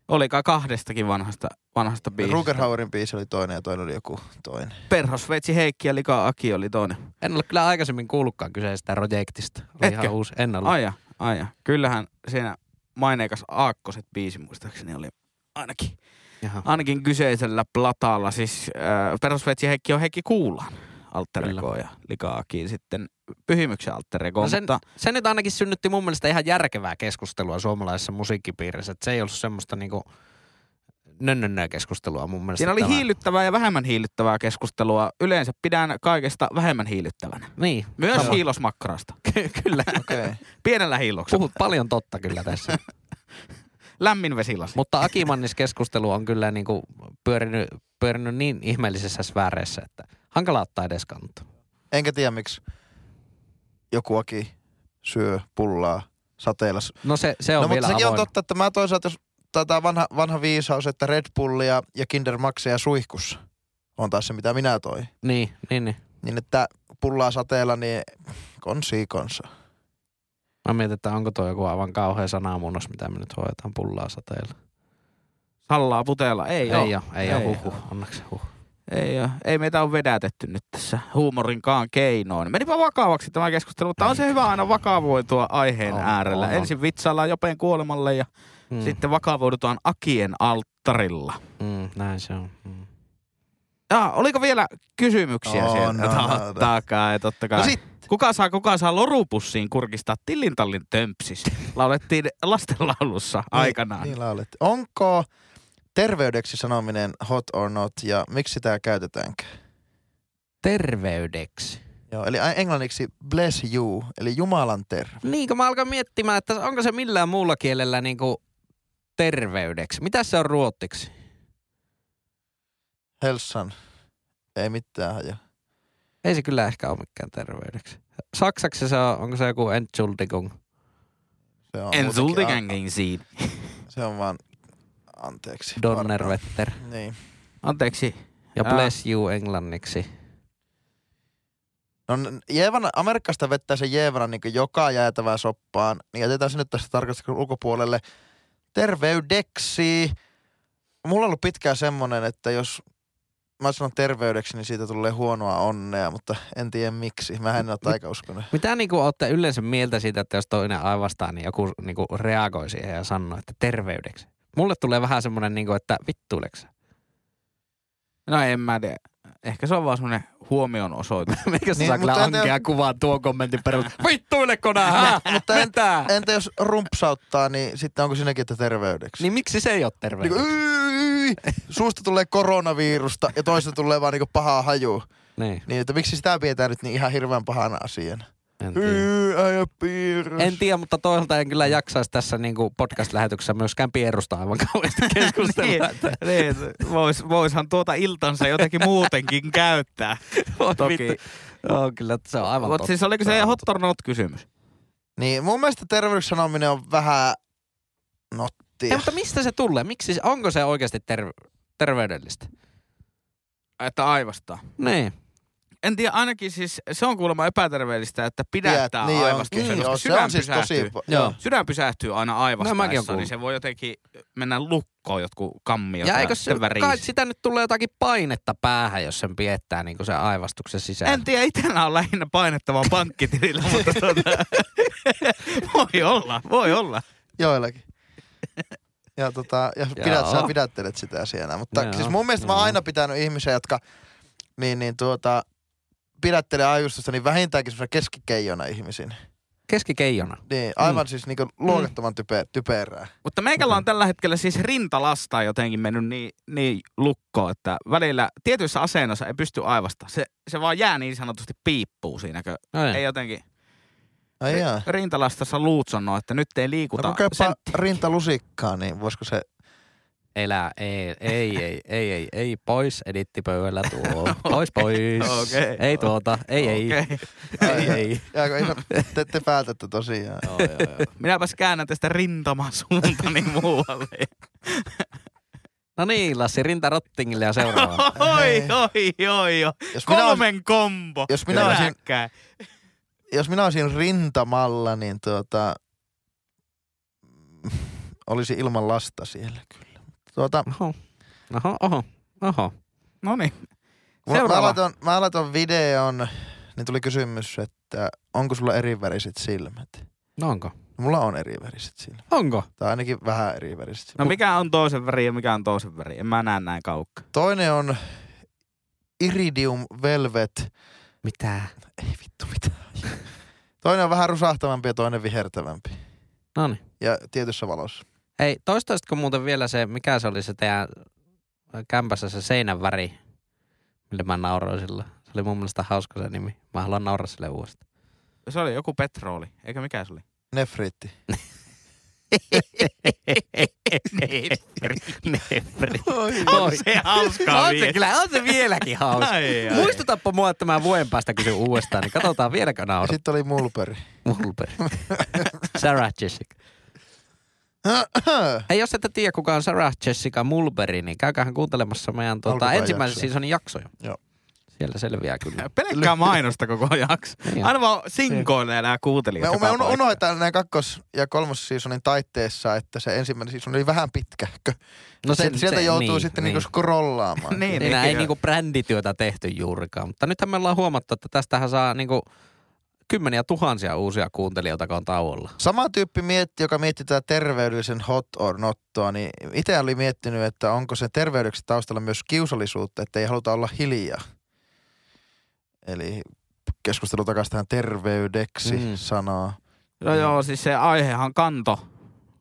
Olikaa kahdestakin vanhasta, vanhasta biisistä. Rugerhauerin biisi oli toinen ja toinen oli joku toinen. Perhosveitsi Heikki ja Lika-Aki oli toinen. En ole kyllä aikaisemmin kuullutkaan kyseisestä projektista. Oli Etkö? ihan uusi. En ollut. Aja, aja. Kyllähän siinä maineikas Aakkoset biisi muistaakseni oli ainakin, Jaha. ainakin kyseisellä platalla. Siis äh, perusveitsi Heikki on Heikki Kuulan alter Kyllä. ego ja Likaakin sitten Pyhimyksen alter ego, No no sen- mutta se nyt ainakin synnytti mun mielestä ihan järkevää keskustelua suomalaisessa musiikkipiirissä. Että se ei ollut semmoista niinku nönnönnöä keskustelua mun mielestä. siinä oli tämä- hiilyttävää ja vähemmän hiilyttävää keskustelua. Yleensä pidän kaikesta vähemmän hiilyttävänä. Niin, Myös Sama. hiilosmakkarasta. ky- kyllä. Okei. Okay. Pienellä hiiloksella. Puhut paljon totta kyllä tässä. Lämmin vesilasi. Mutta Akimannis-keskustelu on kyllä niinku pyörinyt, pyörinyt niin ihmeellisessä sfääreissä, että hankala ottaa edes kantaa. Enkä tiedä miksi joku Aki syö pullaa sateella No se, se on no, vielä mutta sekin avoin. on totta, että mä toisaalta, jos tämä vanha, vanha viisaus, että Red Bullia ja Kinder Maxia suihkussa on taas se, mitä minä toin. Niin, niin, niin. Niin että pullaa sateella, niin konsi konsa. Mä mietin, että onko tuo joku aivan kauhea sanamuunnos, mitä me nyt hoidetaan pullaa sateella. Hallaa puteella. Ei, Ei, oo. ei ole, ei ole, Ei huhu, onneksi huhu. Ei, oo. ei meitä ole vedätetty nyt tässä huumorinkaan keinoin. Menipä vakavaksi tämä keskustelu, mutta on se hyvä aina vakavoitua aiheen On, äärellä. on, on. Ensin vitsaillaan Jopeen kuolemalle ja Mm, sitten vakavoidutaan Akien alttarilla. mm, näin se on. Mm. Ja, oliko vielä kysymyksiä On, siellä? on, on. totta kai, totta kai. No sit, Kuka saa, kuka saa lorupussiin kurkistaa tillintallin tömpsis? Laulettiin lastenlaulussa aikanaan. niin laulet. Onko terveydeksi sanominen hot or not ja miksi sitä käytetäänkään? terveydeksi. Joo, eli englanniksi bless you, eli Jumalan terve. Niin, kun mä alkoin miettimään, että onko se millään muulla kielellä niin kuin terveydeksi. Mitä se on ruottiksi? Helsan. Ei mitään haja. Ei se kyllä ehkä ole mikään terveydeksi. Saksaksi se on, onko se joku Entschuldigung? En Se on muutenkin- sultikänkin siinä. Se on vaan anteeksi. Donnerwetter. Niin. Anteeksi. Ja Jaa. bless you englanniksi. No n- Jeevan, Amerikasta vettää se Jeevana niin joka jäätävää soppaan, niin jätetään se nyt tästä tarkastelun ulkopuolelle. Terveydeksi. Mulla on ollut pitkään semmonen, että jos mä sanon terveydeksi, niin siitä tulee huonoa onnea, mutta en tiedä miksi. Mä en ole taikauskonen. Mitä niin kuin olette yleensä mieltä siitä, että jos toinen aivastaa, niin joku niin kuin reagoi siihen ja sanoo, että terveydeksi? Mulle tulee vähän semmoinen, niin kuin, että vittuileksä. No en mä tiedä. Ehkä se on vaan semmoinen huomion osoitus. Mikä se Niin, saa kyllä mutta en- ankea kuvaa tuon kommentin perusteella? Vittuileko nää? hää? Mutta en, Mitä? entä jos rumpsauttaa, niin sitten onko sinäkin, että terveydeksi? Niin miksi se ei ole Niin kuin, terveydeksi? "Yy, suusta tulee koronavirusta ja toista tulee vaan niin pahaa hajua. Niin. Niin, että miksi sitä pidetään nyt niin ihan hirveän pahana asiana? En tiedä. Hyy, äijä piirros. En tiedä, mutta toisaalta en kyllä jaksaisi tässä niin kuin podcast-lähetyksessä myöskään pierusta aivan kauheasti keskustella. niin, niin, vois, voishan tuota iltansa jotenkin muutenkin käyttää. Toki. Joo, kyllä se on aivan Mutta totta. siis oliko se hot or not kysymys? Niin, mun mielestä terveydeksi sanominen on vähän Ei, nottia. mutta mistä se tulee? Miksi, se- onko se oikeasti ter- terveydellistä? Että aivastaa. Niin. En tiedä, ainakin siis se on kuulemma epäterveellistä, että pidättää niin on. aivastuksen, Niin koska on, se sydän on siis pysähtyy. tosi... pa- Joo. Sydän pysähtyy aina No, mäkin aivastaessa, oon kuullut. niin se voi jotenkin mennä lukkoon jotkut kammiot Ja eikö se, sitten väriisi. kai sitä nyt tulee jotakin painetta päähän, jos sen piettää niin kuin sen aivastuksen sisään? En tiedä, itellä on lähinnä painettava pankkitilillä, mutta tuota, voi olla, voi olla. Joillakin. Ja, tota, ja pidät, Joo. sä pidättelet sitä siellä. Mutta Joo, Joo. siis mun mielestä mä joo. oon aina pitänyt ihmisiä, jotka niin, niin tuota, pidättelee ajustusta, niin vähintäänkin semmoisena keskikeijona ihmisiin. Keskikeijona. Niin, aivan mm. siis niinku luokattoman type, typerää. Mutta meikällä on tällä hetkellä siis rintalasta jotenkin mennyt niin, niin lukkoon, että välillä tietyissä asennoissa ei pysty aivasta. Se, se vaan jää niin sanotusti piippuu siinäkö. Noin. Ei jotenkin. Ai Niin. jaa. Rintalastassa Luut sanoo, että nyt ei No liikuta. kokeepa rintalusikkaa, niin voisiko se... Elä, ei, ei, ei, ei, ei, ei, pois, edittipöydällä tuo, pois, pois, Okei. ei tuota, ei, ei, Okei. ei, ei. Jaa, kun ei, se- te, te päätätte tosiaan. No. Joo, joo, joo. Minäpäs käännän tästä rintamasuuntani muualle. No niin, Lassi, rinta rottingille ja seuraava. Oi, oi, oi, oi. Jos minä, olisin, Kolmen kombo. jos minä olisin- Peräkkäin. jos minä olisin rintamalla, niin tuota, olisi ilman lasta siellä kyllä. Tuota, Oho, oho, oho, oho. Noniin. Mä, mä, Seuraava. laitan, mä laitan videon, niin tuli kysymys, että onko sulla eriväriset silmät? No onko? Mulla on eriväriset silmät. Onko? Tai ainakin vähän eriväriset silmät. No mikä on toisen väri ja mikä on toisen väri? En mä näe näin kaukka. Toinen on Iridium Velvet. Mitä? Ei vittu mitään. Toinen on vähän rusahtavampi ja toinen vihertävämpi. Noniin. Ja tietyssä valossa. No niin. Hei, toistaisitko muuten vielä se, mikä se oli se teidän kämpässä se seinän väri, millä mä nauroin sillä. Se oli mun mielestä hauska se nimi. Mä haluan nauraa sille uudestaan. Se oli joku petroli, eikä mikä se oli? Nefriitti. Nefri. Nefri. On se hauskaa on se kyllä, on se vieläkin hauska. Ai, ai. Muistutappa mua, että mä vuoden päästä kysyn uudestaan, niin katsotaan vieläkö Ja naurat. sitten oli Mulberry. Mulberry. Sarah Jessica. Hei, jos ette tiedä kuka on Sarah Jessica Mulberry, niin käykäähän kuuntelemassa meidän tuota, Alkupään ensimmäisen jaksoja. seasonin jaksoja. Joo. Siellä selviää kyllä. Pelkkää mainosta koko jakso. Niin. Aina vaan sinkoilee nämä kuuntelijat. Me, joka me paikka. un- unohdetaan näin kakkos- ja kolmas seasonin taitteessa, että se ensimmäinen season oli vähän pitkähkö. No sen, sieltä joutuu niin, sitten niin. niinku scrollaamaan. Niin, Niin, ei jo. niinku brändityötä tehty juurikaan, mutta nythän me ollaan huomattu, että tästähän saa niinku kymmeniä tuhansia uusia kuuntelijoita, kun on tauolla. Sama tyyppi mietti, joka mietti tätä terveydellisen hot or nottoa, niin itse oli miettinyt, että onko se terveydeksi taustalla myös kiusallisuutta, että ei haluta olla hiljaa. Eli keskustelu takaisin tähän terveydeksi Mm. mm. sanaa. No joo, siis se aihehan kanto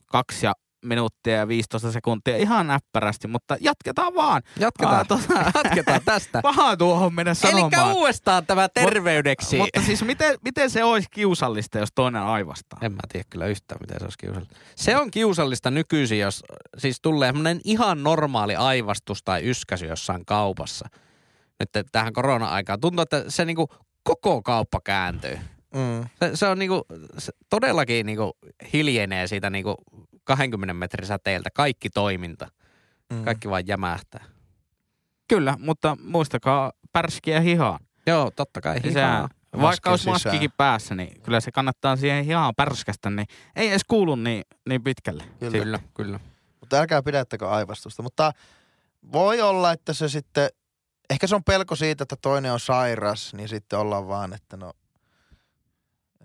kaksi ja minuuttia ja 15 sekuntia ihan näppärästi, mutta jatketaan vaan. Jatketaan, Ah, tota- jatketaan tästä. Paha tuohon mennä sanomaan. Elikkä uudestaan tämä terveydeksi. Mutta siis miten, miten se olisi kiusallista, jos toinen aivastaa? En mä tiedä kyllä yhtään, miten se olisi kiusallista. Se on kiusallista nykyisin, jos siis tulee semmoinen ihan normaali aivastus tai yskäsy jossain kaupassa. Nyt tähän korona-aikaan tuntuu, että se niinku koko kauppa kääntyy. Mm. Se, se on niinku, se todellakin niinku hiljenee siitä niinku 20 metrin säteeltä kaikki toiminta. Mm. Kaikki vaan jämähtää. Kyllä, mutta muistakaa pärskiä hihaan. Joo, totta kai. Sehän, hihaa. vaikka olisi Maski sisään. maskikin päässä, niin kyllä se kannattaa siihen hihaan pärskästä, niin ei edes kuulu niin, niin pitkälle. Kyllä. Siitä. Kyllä, kyllä. Mutta älkää pidättekö aivastusta. Mutta voi olla, että se sitten, ehkä se on pelko siitä, että toinen on sairas, niin sitten ollaan vaan, että no,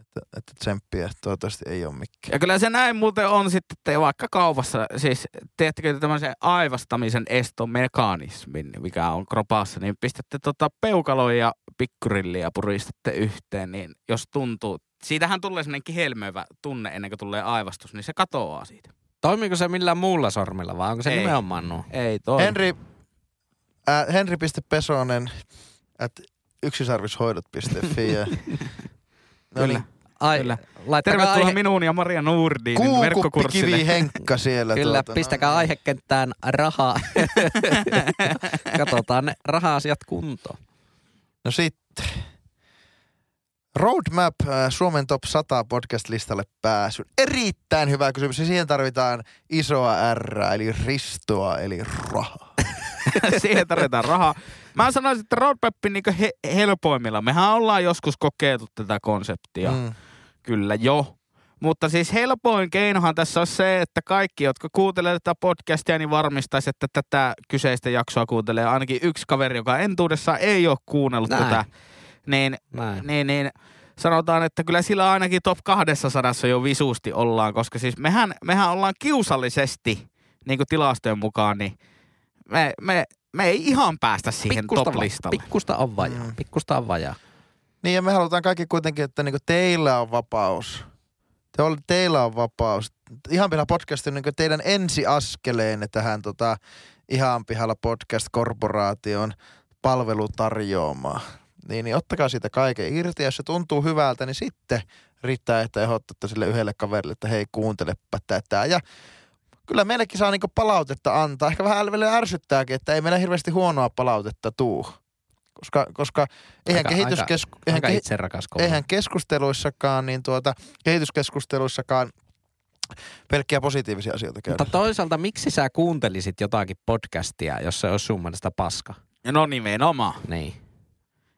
että, että tsemppiä, toivottavasti ei ole mikään. Ja kyllä se näin muuten on sitten, että vaikka kaupassa, siis teettekö te tämmöisen aivastamisen estomekanismin, mikä on kropassa, niin pistätte tota peukaloja ja pikkurilliä ja puristatte yhteen, niin jos tuntuu, siitähän tulee semmoinen kihelmöivä tunne ennen kuin tulee aivastus, niin se katoaa siitä. Toimiiko se millään muulla sormilla vai onko se Ei. nimenomaan nuo? Ei toi. Henri, äh, henri.pesonen at yksisarvishoidot.fi ja No Kyllä. niin. Ai, Kyllä. Laittakaa Tervetuloa aihe, minuun ja Maria Nurdin Kuukuppikivi verkkokurssille. Henkka siellä. Kyllä, tuota, no pistäkää niin. aihekenttään rahaa. Katsotaan ne raha-asiat kuntoon. No sitten. Roadmap äh, Suomen Top 100 podcast-listalle pääsy. Erittäin hyvä kysymys. Ja siihen tarvitaan isoa R, eli ristoa, eli rahaa. Siihen tarvitaan rahaa. Mä sanoisin, että roadmapin niin he, helpoimmilla. Mehän ollaan joskus kokeiltu tätä konseptia. Mm. Kyllä jo. Mutta siis helpoin keinohan tässä on se, että kaikki, jotka kuuntelee tätä podcastia, niin varmistaisi, että tätä kyseistä jaksoa kuuntelee ainakin yksi kaveri, joka entuudessaan ei ole kuunnellut Näin. Näin. tätä. Niin, Hmm. Näin. niin, niin sanotaan, että kyllä sillä ainakin top 200 jo visuusti ollaan, koska siis mehän, mehän ollaan kiusallisesti, niin kuin tilastojen mukaan, niin me, me, me ei ihan päästä siihen Pikkusta, va- top-listalle. pikkusta on vajaa. Mm. Pikkusta on vajaa. Niin ja me halutaan kaikki kuitenkin, että niinku teillä on vapaus. Te ol, teillä on vapaus. Ihan pihalla podcast on niinku teidän ensiaskeleenne tähän tota, ihan pihalla podcast-korporaation palvelutarjoamaan. Niin, niin ottakaa siitä kaiken irti. Ja Jos se tuntuu hyvältä, niin sitten riittää, että ehdottatte sille yhdelle kaverille, että hei kuuntelepa tätä. Ja kyllä meillekin saa niinku palautetta antaa. Ehkä vähän välillä ärsyttääkin, että ei meillä hirveästi huonoa palautetta tuu. Koska, koska eihän, Aika- aika, kehityskesku, eihän, Aika kehi- itse rakas eihän keskusteluissakaan, niin tuota, kehityskeskusteluissakaan pelkkiä positiivisia asioita käydä. Mutta toisaalta miksi sä kuuntelisit jotakin podcastia, jos se olisi sun mielestä paska? No nimenomaan. Niin.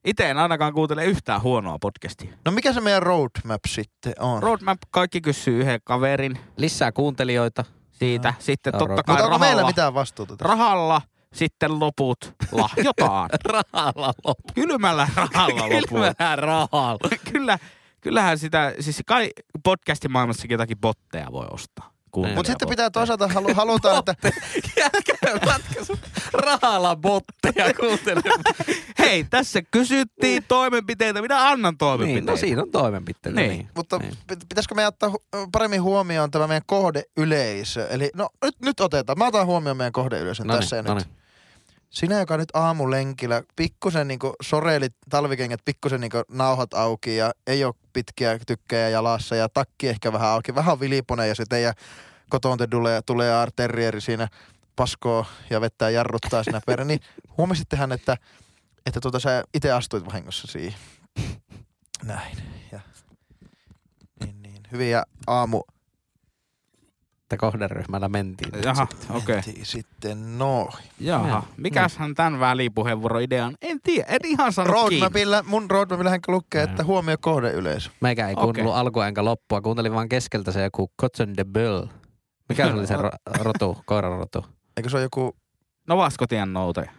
Itse en ainakaan kuuntele yhtään huonoa podcastia. No mikä se meidän roadmap sitten on? Roadmap, kaikki kysyy yhden kaverin Lisää kuuntelijoita. siitä. Sitten Joo, totta road- kai Mutta onko meillä rahalla, mitään vastuuta? tästä? rahalla, sitten loput lahjotaan. Rahalla loppu. Kylmällä rahalla loput. Kylmällä rahalla. Kyllä, kyllähän sitä, siis kai podcastin maailmassakin jotakin botteja voi ostaa. Niin. Mutta sitten pitää toisaalta, halu, halutaan, että Jätkää ratkaisu. Rahalla botteja kuuntelemaan. Hei, tässä Niin. kysyttiin toimenpiteitä, minä annan niin, toimenpiteitä. no siinä on toimenpiteitä. Niin. mutta Niin. pit- pitäisikö meidän ottaa hu- paremmin huomioon tämä meidän kohdeyleisö? Eli no nyt, nyt otetaan. Mä otan huomioon meidän kohdeyleisön Noniin, tässä ja nyt. noniin. Sinä, joka nyt aamulenkillä pikkusen niinku soreilit talvikengät, pikkusen niinku nauhat auki ja ei ole pitkiä tykkejä jalassa ja takki ehkä vähän auki. Vähän vilipone ja se teidän kotoon te tulee, tulee arterieri siinä paskoo ja vettää jarruttaa sinä perään. Niin huomasittehän, että, että tuota sä itse astuit vahingossa siihen. Näin. Ja. Niin, niin. Hyviä aamu Että kohderyhmällä mentiin. nyt Jaha, sitten. Niin. okei. mentiin sitten noin. Jaha, mikäshän tämän välipuheenvuoron idea on? En tiedä, en ihan sano kiinni. Roadmapilla, mun roadmapilla hän lukee, Joo. että huomio kohdeyleisö. Meikä ei Okei. kuunnellut alkua enkä loppua. Kuuntelin vaan keskeltä se joku Cotton de Bell. Mikä se oli se ro- rotu, koirarotu? Eikö se ole joku No vaskotian nouteja.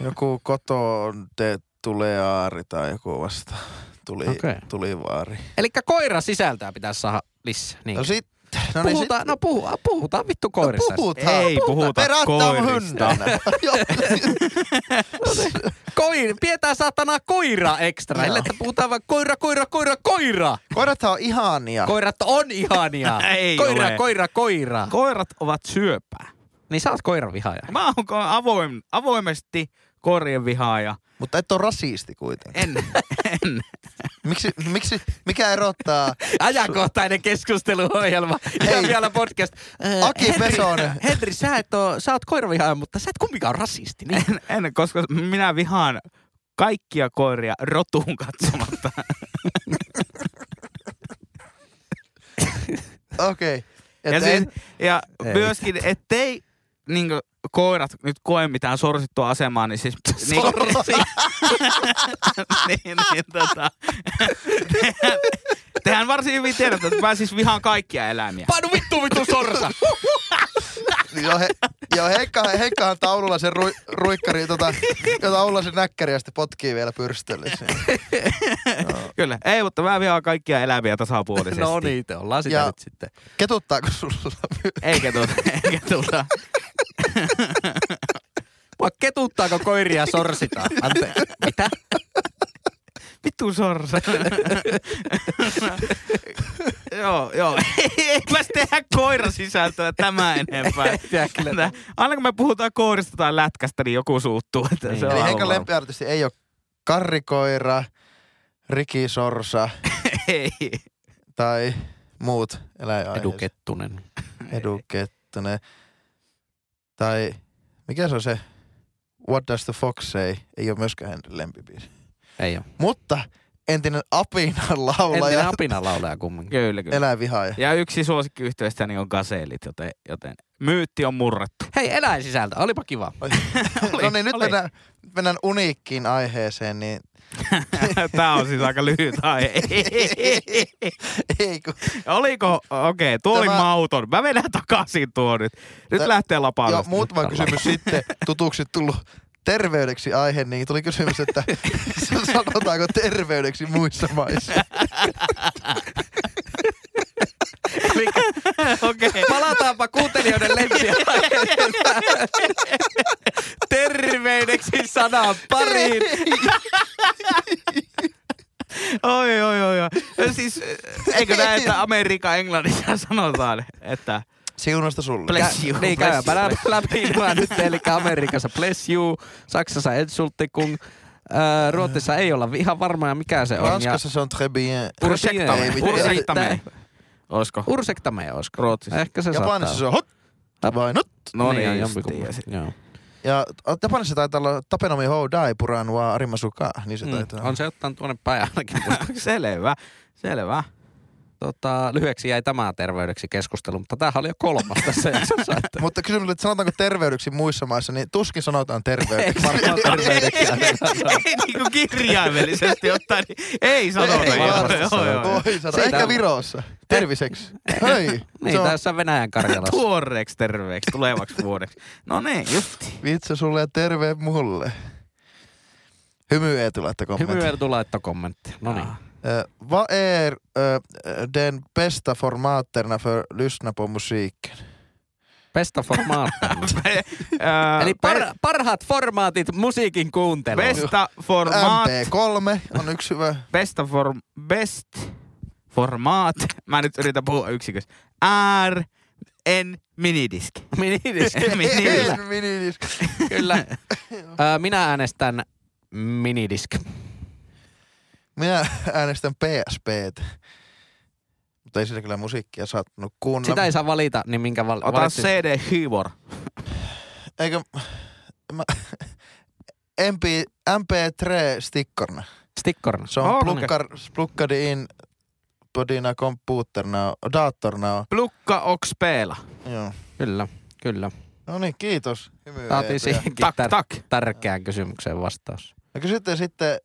Joku kotoon te tulee aari tai joku vasta. Tuli, Okei. okay. tuli vaari. Eli koira sisältää pitäisi saada lisää. Niin. No sitten. No niin sit, puhutaan, no puhu, puhutaan vittu koirista. No puhutaan. Ei puhuta koirista. hynnänä. Joo. No niin. Koin, pidetään saatana koira ekstra. Joo. Ah. Eli että puhutaan vaan koira, koira, koira, koira. Koirathan on ihania. Koirat on ihania. Ei koira, ole. koira, koira. Koirat ovat syöpää. Niin sä oot koiran vihaaja. Mä oon ko- avoim, avoimesti koirien vihaaja. Mutta et ole rasisti kuitenkin. En, en. Miksi, miksi, mikä erottaa Ajankohtainen keskusteluohjelma. Ja Hei. vielä podcast. Ö, Aki Pesonen. Henri, sä, et oo, sä oot koiravihaaja, mutta sä et kumminkaan ole rasisti. Niin. en, en, koska minä vihaan kaikkia koiria rotuun katsomatta. Okei. Okay. ja, siis, ja Ei. myöskin, ettei niin koirat nyt koe mitään sorsittua asemaa, niin siis... Niin, niin, niin, tota, tehän, tehän varsin hyvin tiedät, että mä siis vihaan kaikkia eläimiä. Panu vittu vittu sorsa. siis- Joo, he, joo Heikka, Heikkahan taululla sen ru, ruikkari, tota, ja taululla sen näkkäri ja sitten potkii vielä pyrstölle. sen. Kyllä. Ei, mutta mä vihaan kaikkia eläimiä tasapuolisesti. No niin, te ollaan sitä Ja- nyt sitten. Ketuttaako sulla? Eikä tuota, eikä tuota. Mua ketuttaako koiria sorsitaan? Anteeksi. Mitä? Vittu sorsa. joo, joo. Ei mä tehdä koirasisältöä tämä enempää. Tää kyllä- Tää- Aina kun me puhutaan koirista tai lätkästä, niin joku suuttuu. Että Niin. se on Eli aivan Heikan varma. lempiartisti ei ole karrikoira, rikisorsa, Ei. tai muut eläinaiheet. Edu Kettunen. Edu Kettunen. Tai mikä se on se What Does the Fox Say? Ei ole myöskään hänen lempibiisi. Ei ole. Mutta entinen apinan Entinen laulaja, apinan laulaja kumminkin. Kyllä, kyllä. eläinvihaaja. Ja yksi suosikkiyhteystäni on kaselit, joten, joten myytti on murrettu. Hei, eläin sisältä. Olipa kiva. Oli, no niin, nyt oli. mennään, nyt mennään uniikkiin aiheeseen, niin Tämä on siis aika lyhyt aihe. ei kun, Oliko, okei, okay, tuo oli Tämä- mauton. Mä menen takaisin tuo nyt. Nyt Tä- lähtee lapaan. jo muutama kysymys sitten tutuksi tullut terveydeksi aihe, niin tuli kysymys, että sanotaanko terveydeksi muissa maissa. Okei. Palataanpa kuuntelijoiden lempiä. Terveydeksi sanan pariin. Oi, oi, oi, oi. Siis, eikö näin, että Amerikan englannissa sanotaan, että Siunosta sulle. Bless you, Niin, bless käydäänpä you, lä- bless läpi nämä nyt. Eli Amerikassa bless you, Saksassa Edsultikung, äh, Ruotsissa ei olla ihan varmoja mikä se on. Ja Ranskassa se on très bien. Ei Ursektame. mitään. Ursektame. Olisiko? Ursektame olisiko? siis- Ruotsissa. Ehkä se Japanissa se saattaa. on hot vai not. No on Äh, niin, jompikumpi. justiin. Joo. Ja Japanissa taitaa olla tapenomi ho dai puran wa arimasuka, niin se taitaa. Mm, on se ottanut tuonne päin ainakin. Selvä, selvä. tota, lyhyeksi jäi tämä terveydeksi keskustelu, mutta tämähän oli jo kolmas tässä jaksossa. Että Mutta kysymys oli, että sanotaanko terveydeksi muissa maissa, niin tuskin sanotaan Ei terveydeksi. varmaan terveydeksi. ei niinku kirjaimellisesti ottaen, niin ei sanota. Ei joo, varmasti joo, joo. Voi sanoa. Siitä- Ehkä Virossa. Terviseksi. Hei. niin, se on tässä Venäjän Karjalassa. Tuoreeksi terveeksi tulevaksi vuodeksi. No niin, justi. vitsi sulle ja terve mulle. Hymy ei tule, että Hymy kommentti. Ertu laittoi kommentti. No niin. Ö, Vad är ö, den bästa formaterna för att lyssna på musiken? Besta formaatteina. Eli Eli par, parhaat formaatit musiikin kuunteluun. besta formaat, MP3 on yksi hyvä. besta form, best formaat. Mä nyt yritän puhua yksikössä. R, N, minidiski. Minidiski. Minidiski. Kyllä, En minidisk. kyllä. Ö, Minä äänestän minidisk. Minä äänestän PSPtä. Mutta ei sillä kyllä musiikkia saattanut kuunnella. Sitä ei saa valita, niin minkä val- Ota valitsis? CD Hyvor. Eikö... Mä, MP, MP3-stickorna. Stickorna. Se on Okei. plukkar, plukkadi in podina komputerna, datorna. Plukka Oxpeela. Joo. Kyllä, kyllä. No niin, kiitos. Hymy Saatiin Eetu. Ja- siihenkin Tak, tär- tak. tärkeään kysymykseen vastaus. No kysytte sitten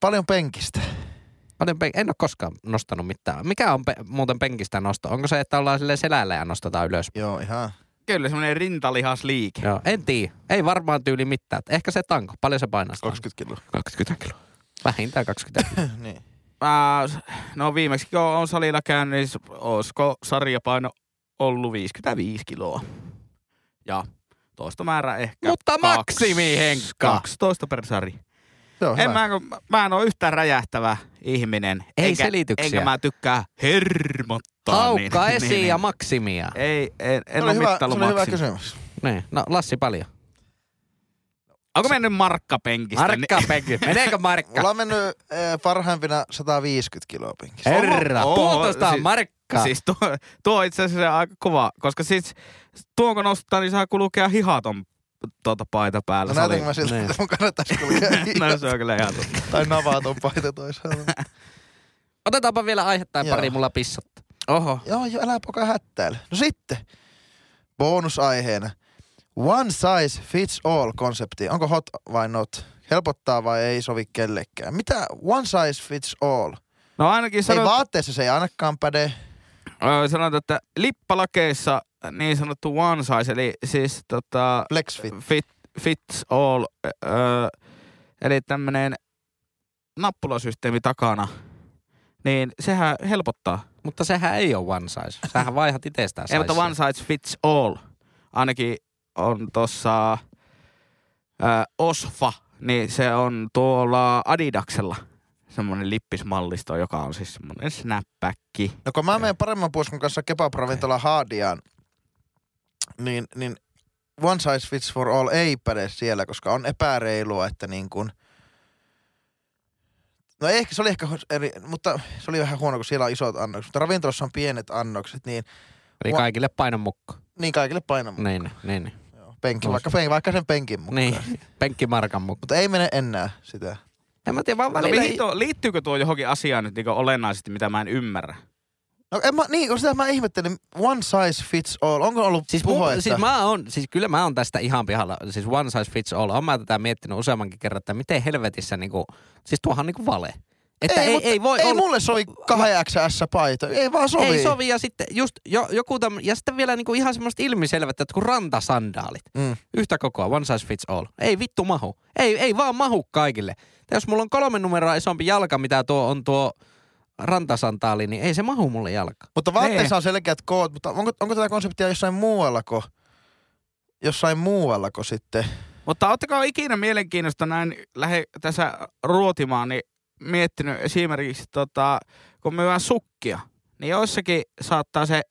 paljon penkistä. Mä olen pen- en ole koskaan nostanut mitään. Mikä on pe- muuten penkistä nosto? Onko se, että ollaan sille selällä ja nostetaan ylös? Joo, ihan. Kyllä, semmonen rintalihasliike. Joo, en tiedä. Ei varmaan tyyli mitään. Ehkä se tanko. Paljon se painaa? sitä? 20 kiloa. 20 kiloa. Vähintään 20 kiloa. niin. Mä, no viimeksi kun on salilla käynyt, niin s- olisiko sarjapaino ollut 55 kiloa. Ja toista määrä ehkä. Mutta kaksi- maksimi, Henkka. 12 per sari. Se on En mä, hyvä. kun- mä en ole yhtään räjähtävä ihminen. Ei enkä, selityksiä. Enkä mä tykkää hermottaa. Haukka niin, esiin niin, ja niin. maksimia. Ei, en, en se oli, ole hyvä, se mittaillut oli hyvä maksimia. kysymys. Niin. No Lassi paljon. Onko mennyt markkapenkistä? Markka penki. Meneekö Markka? Mulla on mennyt eh, parhaimpina 150 kiloa penkistä. Herra, Oho, puolitoista siis- Markka. Siis tuo, tuo on itse asiassa aika kova, koska siis tuon kun nostaa, niin saa kulkea hihaton tuota paita päällä. No No, näytänkö mä siltä, Niin. että mun kannattaisi kulkea no se on kyllä ihan totta. Tai navaton paita toisaalta. Otetaanpa vielä aihetta ja Joo. pari mulla pissatta. Oho. Joo, joo, älä poka hättäile. No sitten, bonusaiheena. One size fits all konsepti. Onko hot vai not? Helpottaa vai ei sovi kellekään? Mitä one size fits all? No ainakin Ei sanot, vaatteessa se ei ainakaan päde. ö, sanot, että lippalakeissa niin sanottu one size, eli siis tota, Flex fit. fit, fits all, ö, ö, eli tämmönen nappulasysteemi takana, niin sehän helpottaa. Mutta sehän ei ole one size. Sähän vaihat itsestään Ei, mutta one size fits all. Ainakin on tossa äh, Osfa, niin se on tuolla Adidaksella semmoinen lippismallisto, joka on siis semmoinen snapback. No kun mä menen paremman puoskun kanssa kebab-ravintola Haadiaan, niin, niin one size fits for all ei päde siellä, koska on epäreilua, että niin kuin No ehkä, se oli ehkä hos- eri, mutta se oli vähän huono, kun siellä on isot annokset. Mutta ravintolassa on pienet annokset, niin, Eli Mua- kaikille painon mukka. niin kaikille painaa mu- Niin, niin, niin. joo, penkin, vaikka, penkin, vaikka sen penkin mukaan. niin. Penkkimarkan mukka. Mutta ei mene enää sitä. En mä tiedä, vaan No, välillä... mihin tuo, liittyykö tuo johonkin asiaan nyt niin olennaisesti, mitä mä en ymmärrä? No en mä, niin, kun sitä mä ihmettelin, one size fits all. Onko ollut Siis, mun, puhetta? siis, mä on, siis kyllä mä oon tästä ihan pihalla, siis one size fits all. Oon mä tätä miettinyt useammankin kerran, että miten helvetissä niinku, siis tuohan on niinku vale. Että ei, ei, mutta ei voi ei olla, mulle sovi 8XS-paita. Ei vaan sovi. Ei sovi ja sitten just jo, joku täm, ja sitten vielä niinku ihan semmoista ilmiselvettä, että kun rantasandaalit. Mm. Yhtä kokoa, one size fits all. Ei vittu mahu. Ei, ei vaan mahu kaikille. Ja jos mulla on kolme numeroa isompi jalka, mitä tuo on tuo rantasantaali, niin ei se mahu mulle jalka. Mutta vaatteissa on selkeät koot, mutta onko, onko tätä konseptia jossain muuallako? Jossain muuallako sitten? Mutta ottakaa ikinä mielenkiinnosta näin lähe tässä ruotimaan, niin miettinyt esimerkiksi, tota, kun myydään sukkia, niin joissakin saattaa se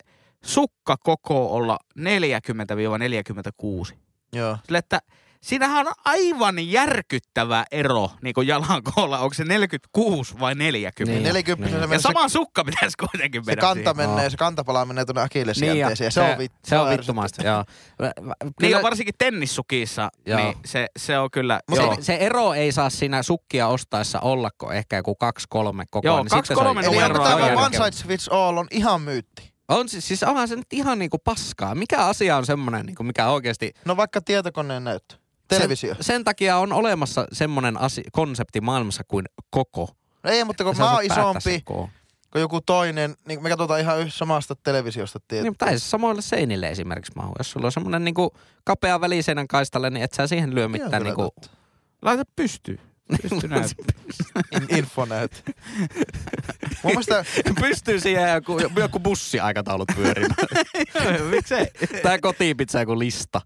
sukkakoko olla 40-46. Joo. Sillä että siinähän on aivan järkyttävä ero niin kuin jalankoolla, onko se 46 vai 40. Niin. Niin. 40 Niin. se, Ja menee- sama sukka pitäisi kuitenkin se, se mennä kanta siihen. menee, se kantapala menee tuonne akillesjänteeseen. ja se, on vittu. Niin, se on vittumaista, joo. Mä- mä- Niin kyllä- on varsinkin tennissukissa, Joo. niin se, se on kyllä... Mut se, joo. Joo. se, ero ei saa siinä sukkia ostaessa olla kuin ehkä joku kaksi kolme koko. Joo, niin kaksi, sitten se on- kolme Eli numeroa onko Numeroa tämä järkevä. one size fits all on ihan myytti? On siis, siis onhan se nyt ihan niinku paskaa. Mikä asia on semmoinen, niinku, mikä oikeasti... No vaikka tietokoneen näyttö. Televisio. Sen, sen takia on olemassa semmoinen asi, konsepti maailmassa kuin koko. No ei, mutta kun Sä mä saat oon päättää isompi sen koon. kuin joku toinen, niin me katsotaan ihan yh- samasta televisiosta tietoa. Niin, tai siis samoille seinille esimerkiksi mahu. Jos sulla on semmoinen niinku kapea väliseinän kaistalle, niin et sä siihen lyö mitään kyllä niinku... Laita pystyyn. Pystynäyt. In, infonäyt. Mun mielestä Pystyy siihen joku, joku bussiaikataulut pyörimään. Miksei? Tää kotiin pitää joku lista.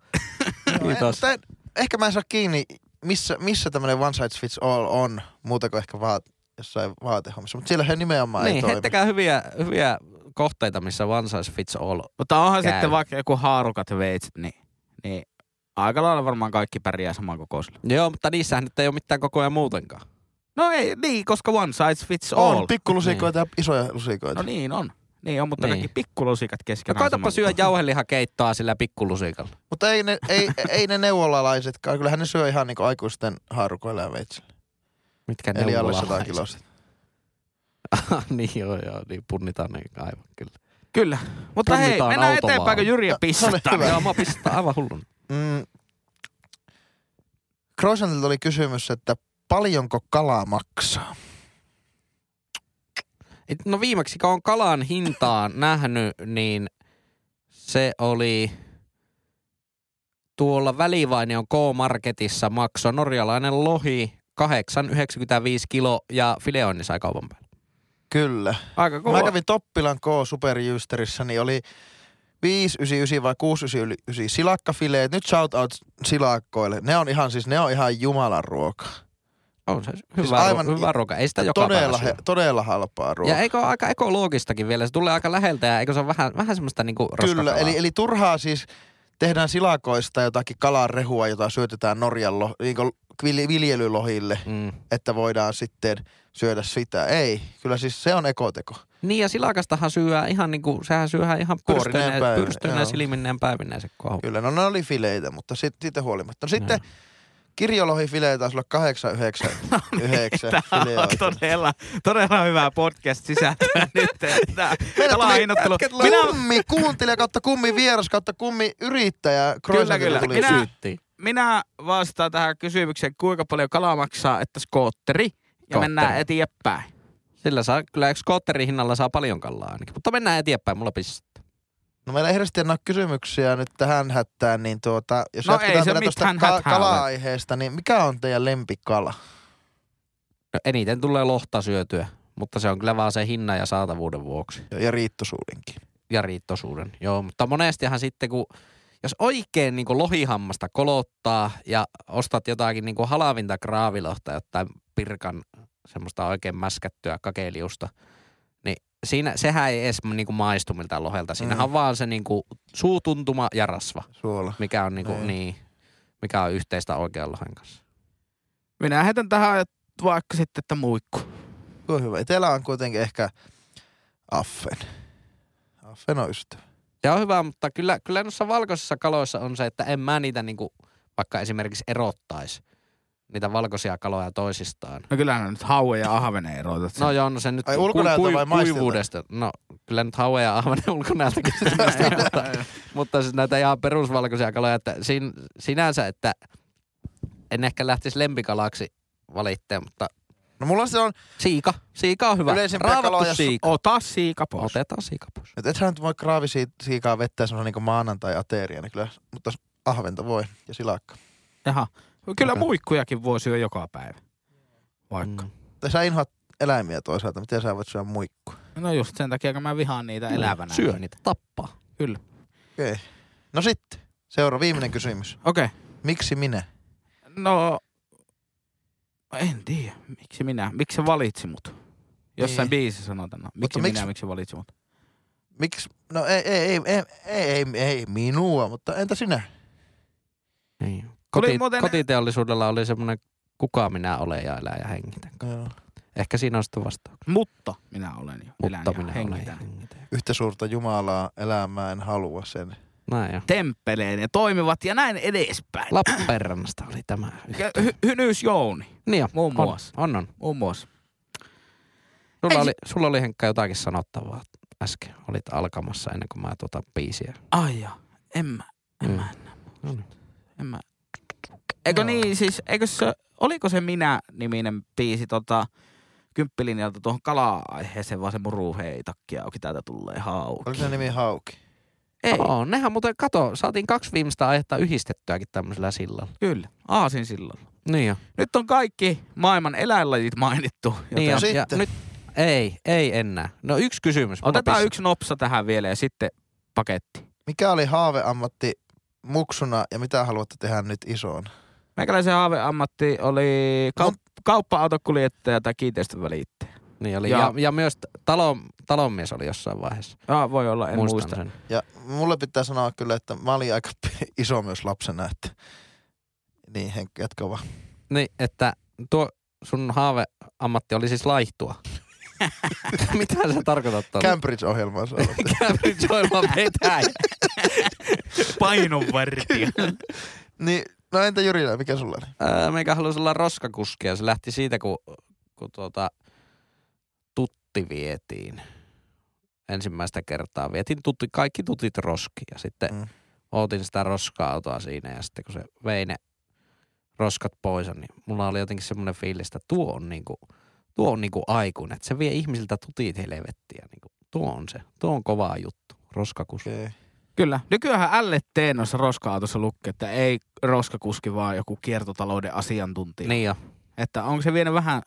Joo, en, No, mutta en, ehkä mä en saa kiinni, missä, missä tämmöinen one size fits all on, muuta kuin ehkä vaat, jossain vaatehommissa. Mutta siellä he nimenomaan ei Niin, toimi. heittäkää hyviä, hyviä kohteita, missä one size fits all. Mutta onhan Käy. sitten vaikka joku haarukat ja veitsit, niin, niin aika lailla varmaan kaikki pärjää samankokoisilla. Joo, mutta niissähän nyt ei ole mitään koko ajan muutenkaan. No ei, niin, koska one size fits all. On pikkulusikoita ja isoja lusikoita. no niin on. Niin on, mutta Niin. niin. kaikki pikkulusikat No keskenään. on koetapa saman syödä kokoisia. jauhelihakeittoa sillä pikkulusikalla. Mutta ei ne, ei, ei ne neuvolalaisetkaan. Kyllähän ne syö ihan niinku aikuisten haarukoilla ja veitsillä. Mitkä Eli alle 100 neuvolalaiset. kilosta. niin joo, joo, niin punnitaan ne aivan kyllä. Kyllä. Mutta hei, Punnitaan mennään autolla. eteenpäin, kun Jyriä No, pissattaa. ole hyvä. joo, mä pistän aivan hullun. Mm. Croissantilta oli kysymys, että paljonko kala maksaa? Et No viimeksi, kun on kalan hintaa nähnyt, niin se oli tuolla välivainion K-marketissa makso norjalainen lohi 8,95 kilo ja fileoinnin sai kaupan päälle. Kyllä. Aika Kun niin. mä kova. kävin Toppilan K-superjysterissä, niin oli 599 vai 699 silakkafileet. Nyt shoutout silakkoille. Ne on ihan siis, ne on ihan jumalan ruoka. On se hyvä, Siis siis aivan- aivan, hyvä ruoka. Ei sitä joka Todella, päivä syö. he, todella halpaa ruokaa. Ja eikö ole aika ekologistakin vielä? Se tulee aika läheltä ja eikö se ole vähän, vähän semmoista niinku Kyllä, roskakalaa? eli, eli turhaa siis tehdään silakoista jotakin kalarehua, jota syötetään Norjan lo, niin viljelylohille, Mm. että voidaan sitten syödä sitä. Ei, kyllä siis se on ekoteko. Niin ja silakastahan syöää ihan niinku, sehän syöää ihan Kuorineen päivin, joo. pyrstyneen silminneen päivineen se kohu. Kyllä, no ne oli fileitä, mutta sit, siitä huolimatta. No sitten kirjolohifileitä taisi olla 899 Tämä No niin, on fileoita. todella, todella hyvä podcast sisältöä nyt. Tämä Meillä kalahinnoittelu. tuli Minä, kummi kuuntelija kautta kummi vieras kautta kummi yrittäjä. kyllä. Tuli. Minä- Syyttiin. minä vastaan tähän kysymykseen, kuinka paljon kalaa maksaa, että skootteri. Ja Skootteri. mennään eteenpäin. Sillä saa, kyllä skootterin hinnalla saa paljon kallaa ainakin. Mutta mennään eteenpäin, mulla pissat. No meillä ei hirveästi enää ole kysymyksiä nyt tähän hättään, niin tuota, jos No ei jatketaan se vielä tuosta mitään ka- hätää ole. kala-aiheesta, niin mikä on teidän lempikala? No, eniten tulee lohta syötyä, mutta se on kyllä vaan se hinnan ja saatavuuden vuoksi. Ja riittosuulinkin. Ja riittosuuden, joo. Mutta monestihan sitten, kun jos oikein niin lohihammasta kolottaa ja ostat jotakin niin halavinta kraavilohta, jotain pirkan semmoista oikein mäskättyä kakeliusta, niin siinä, sehän ei edes niin maistu miltään lohelta. Siinähän Mm. on vaan se niin suutuntuma ja rasva, Suola. mikä on, niin kuin, Niin. niin, mikä on yhteistä oikean lohen kanssa. Minä heitän tähän vaikka sitten, että muikku. kuin hyvä. Itellä on kuitenkin ehkä Affen. Affen on ystävä. Ja on hyvä, mutta kyllä, kyllä noissa valkoisissa kaloissa on se, että en mä niitä niinku, vaikka esimerkiksi erottaisi niitä valkoisia kaloja toisistaan. No kyllähän nyt haue ja ahvene erotat. No joo, no se nyt Ai ulkonäöltä vai maistilta? kuivuudesta. No kyllä nyt haue ja ahvenen ulkonäöltäkin. sitä, mutta, mutta siis näitä ihan perusvalkoisia kaloja, että sin, sinänsä, että en ehkä lähtisi lempikalaksi valitteen, mutta No mulla se on, siika, siika on hyvä. Yleisimpiä Raavattu kaloja- siika. Ota siika pois. Otetaan siika pois. että et sä nyt voi kraavisiikaa vettää semmoisen niin maanantai-ateriana kyllä, mutta ahventa voi ja silakka. Jaha. Kyllä Okei. muikkujakin voi syödä joka päivä. Vaikka. Mm. Tai sä inhoat eläimiä toisaalta, miten sä voit syödä muikkua? No just sen takia, kun mä vihaan niitä elävänä. Mm. Syö niin. niitä, tappaa. Okei. Okay. No sitten, seuraava viimeinen kysymys. Okei. Okay. Miksi minä? No, en tiedä. Miksi minä? Miksi se valitsi mut? Jossain Niin. biisissä sanotaan. No. Miksi minä? miksi- Miksi se valitsi mut? Miksi? No ei, ei, ei, ei, ei, ei, ei minua, mutta entä sinä? Niin. Tuli Koti, muuten- Kotiteollisuudella oli semmoinen kuka minä olen ja elän ja hengitän. Joo. Ehkä siinä on sitten vastaus. Mutta minä olen jo. Elän Mutta ja minä olen ja hengitän. hengitän. Yhtä suurta Jumalaa elämään halua sen. Näin jo. Temppeleen ja toimivat ja näin edespäin. Lappeenrannasta oli tämä. Ja hy- Hynyys Jouni, Niin jo. muun On, muassa. on, on. Muun muassa. Ei Sulla se- oli, sulla oli Henkka jotakin sanottavaa äsken. Olit alkamassa ennen kuin mä tuota biisiä. Ai ja, en mä, en Mm. mä, No niin. en mä. Eikö Joo. niin, siis, eikö se, oliko se Minä-niminen biisi tota, kymppilinjalta tuohon kala-aiheeseen, vaan se muru hei takkia auki täältä tulee Oliko hauki. se nimi Hauki? Ei, Oo, nehän muuten, kato, saatiin kaksi viimeistä aihetta yhdistettyäkin tämmöisellä sillalla. kyllä, aasin silloin. Niin jo. Nyt on kaikki maailman eläinlajit mainittu. Joten Niin jo. niin No Ja sitten. nyt, ei, ei enää. No yksi kysymys. Mulla otetaan pis- yksi nopsa tähän vielä ja sitten paketti. Mikä oli haaveammatti muksuna ja mitä haluatte tehdä nyt isoon? Meikäläisen haaveammatti oli Mun- kaup- kauppa-autokuljettaja tai kiinteistön välittäjä. Niin oli. Ja, Ja- ja, ja myös talon, talonmies oli jossain vaiheessa. Ah, voi olla, en Muistan muista. sen. Ja mulle pitää sanoa kyllä, että mä olin aika iso myös lapsena, että niin Henkka, jatka vaan. Niin, että tuo sun haaveammatti oli siis laihtua. Mitä sä tarkoitat tuolla? Cambridge-ohjelmaa se on. Cambridge Oilman vetäjä. Painonvartija. Niin, no entä Jyrinä, mikä sulla oli? Öö, Meikä halusi olla roskakuski ja se lähti siitä, kun, kun tuota, tutti vietiin. Ensimmäistä kertaa vietiin tutti, kaikki tutit roski ja sitten Mm. mm. ootin sitä roska-autoa siinä ja sitten kun se vei ne roskat pois, niin mulla oli jotenkin semmoinen fiilis, että tuo on niinku, tuo on niinku aikuinen, että se vie ihmisiltä tutit helvettiä. Niinku, tuo on se, tuo on kova juttu, roskakuski. Okay. Kyllä. Nykyään LT noissa roska-autossa lukee, että ei roskakuski, vaan joku kiertotalouden asiantuntija. Niin jo. Että onko se vienyt vähän...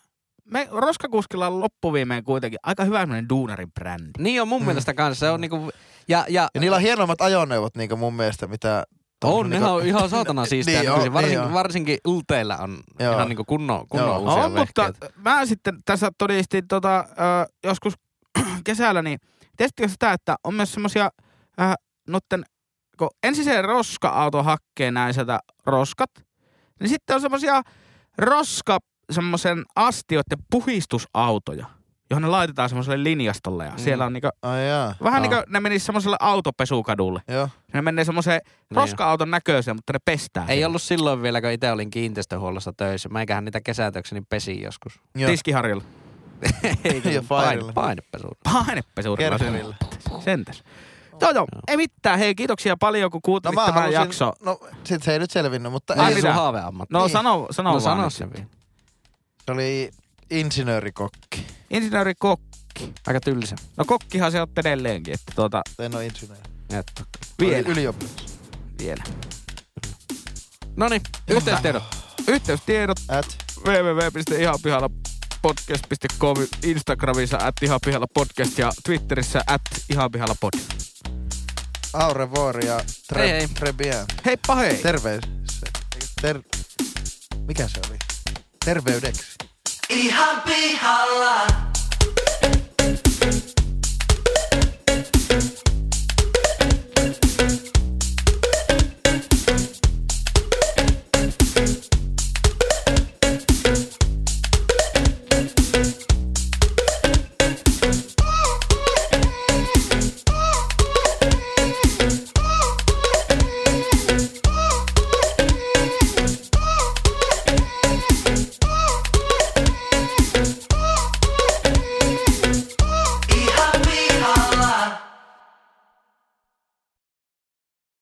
Me roskakuskilla on loppuviimein kuitenkin aika hyvä semmoinen duunarin brändi. Niin on mun Mm. mielestä kanssa. Se on niinku, ja, ja, Ja niillä on hienommat ajoneuvot niinku mun mielestä, mitä... On, niinku- nehän on ihan saatana siistiä. niin Niin on, nykyisin. varsinkin, niin on. varsinkin ulteilla on Joo. Joo. ihan niin kunnon, kunnon Joo. uusia on, mutta vehkeitä. mä sitten tässä todistin tota, ö, joskus kesällä, niin tiesittekö sitä, että on myös semmosia ö, noitten, kun ensin se roska-auto hakkee näin sieltä roskat, niin sitten on semmosia roska semmoisen astioiden puhistusautoja, johon ne laitetaan semmoiselle linjastolle ja Mm. siellä on niinku, Ai jaa. vähän Joo. niinku ne menis semmoiselle autopesukadulle. Joo. Ne menee semmoiseen Niin. roska-auton näköiseen, mutta ne pestää. Ei siellä. ollut silloin vielä, kun itse olin kiinteistöhuollossa töissä. Mä eiköhän niitä kesätökseni pesi joskus. Joo. Tiskiharjalla. Ei, Ja kun paine, fairilla. painepesulla. Painepesurilla. Kertelillä. Sentäs. Joo, joo. Ei mitään. Hei, kiitoksia paljon, kun kuuntelit tämän No halusin- jakso. No, sit se ei nyt selvinnyt, mutta Ai Ai ei, sun mitä? haaveammatti. No Niin. sano, sano no vaan. sano nyt. sen vielä. se oli insinöörikokki. Insinööri Kok. Aika tylsä. No kokkihan se on edelleenkin, että tuota Tai en ole insinööri. Että. vielä. Yliopisto. vielä. No niin, Noniin, yhteystiedot. Yhteystiedot At. www.ihapihallapodcast.com, Instagramissa at ihapihallapodcast ja Twitterissä at ihapihallapod. Aure Vuori ja tre, Hei, hei. Trebien. Heippa hei! Terveys. Ter... Mikä se oli? Terveydeksi. ihan pihalla.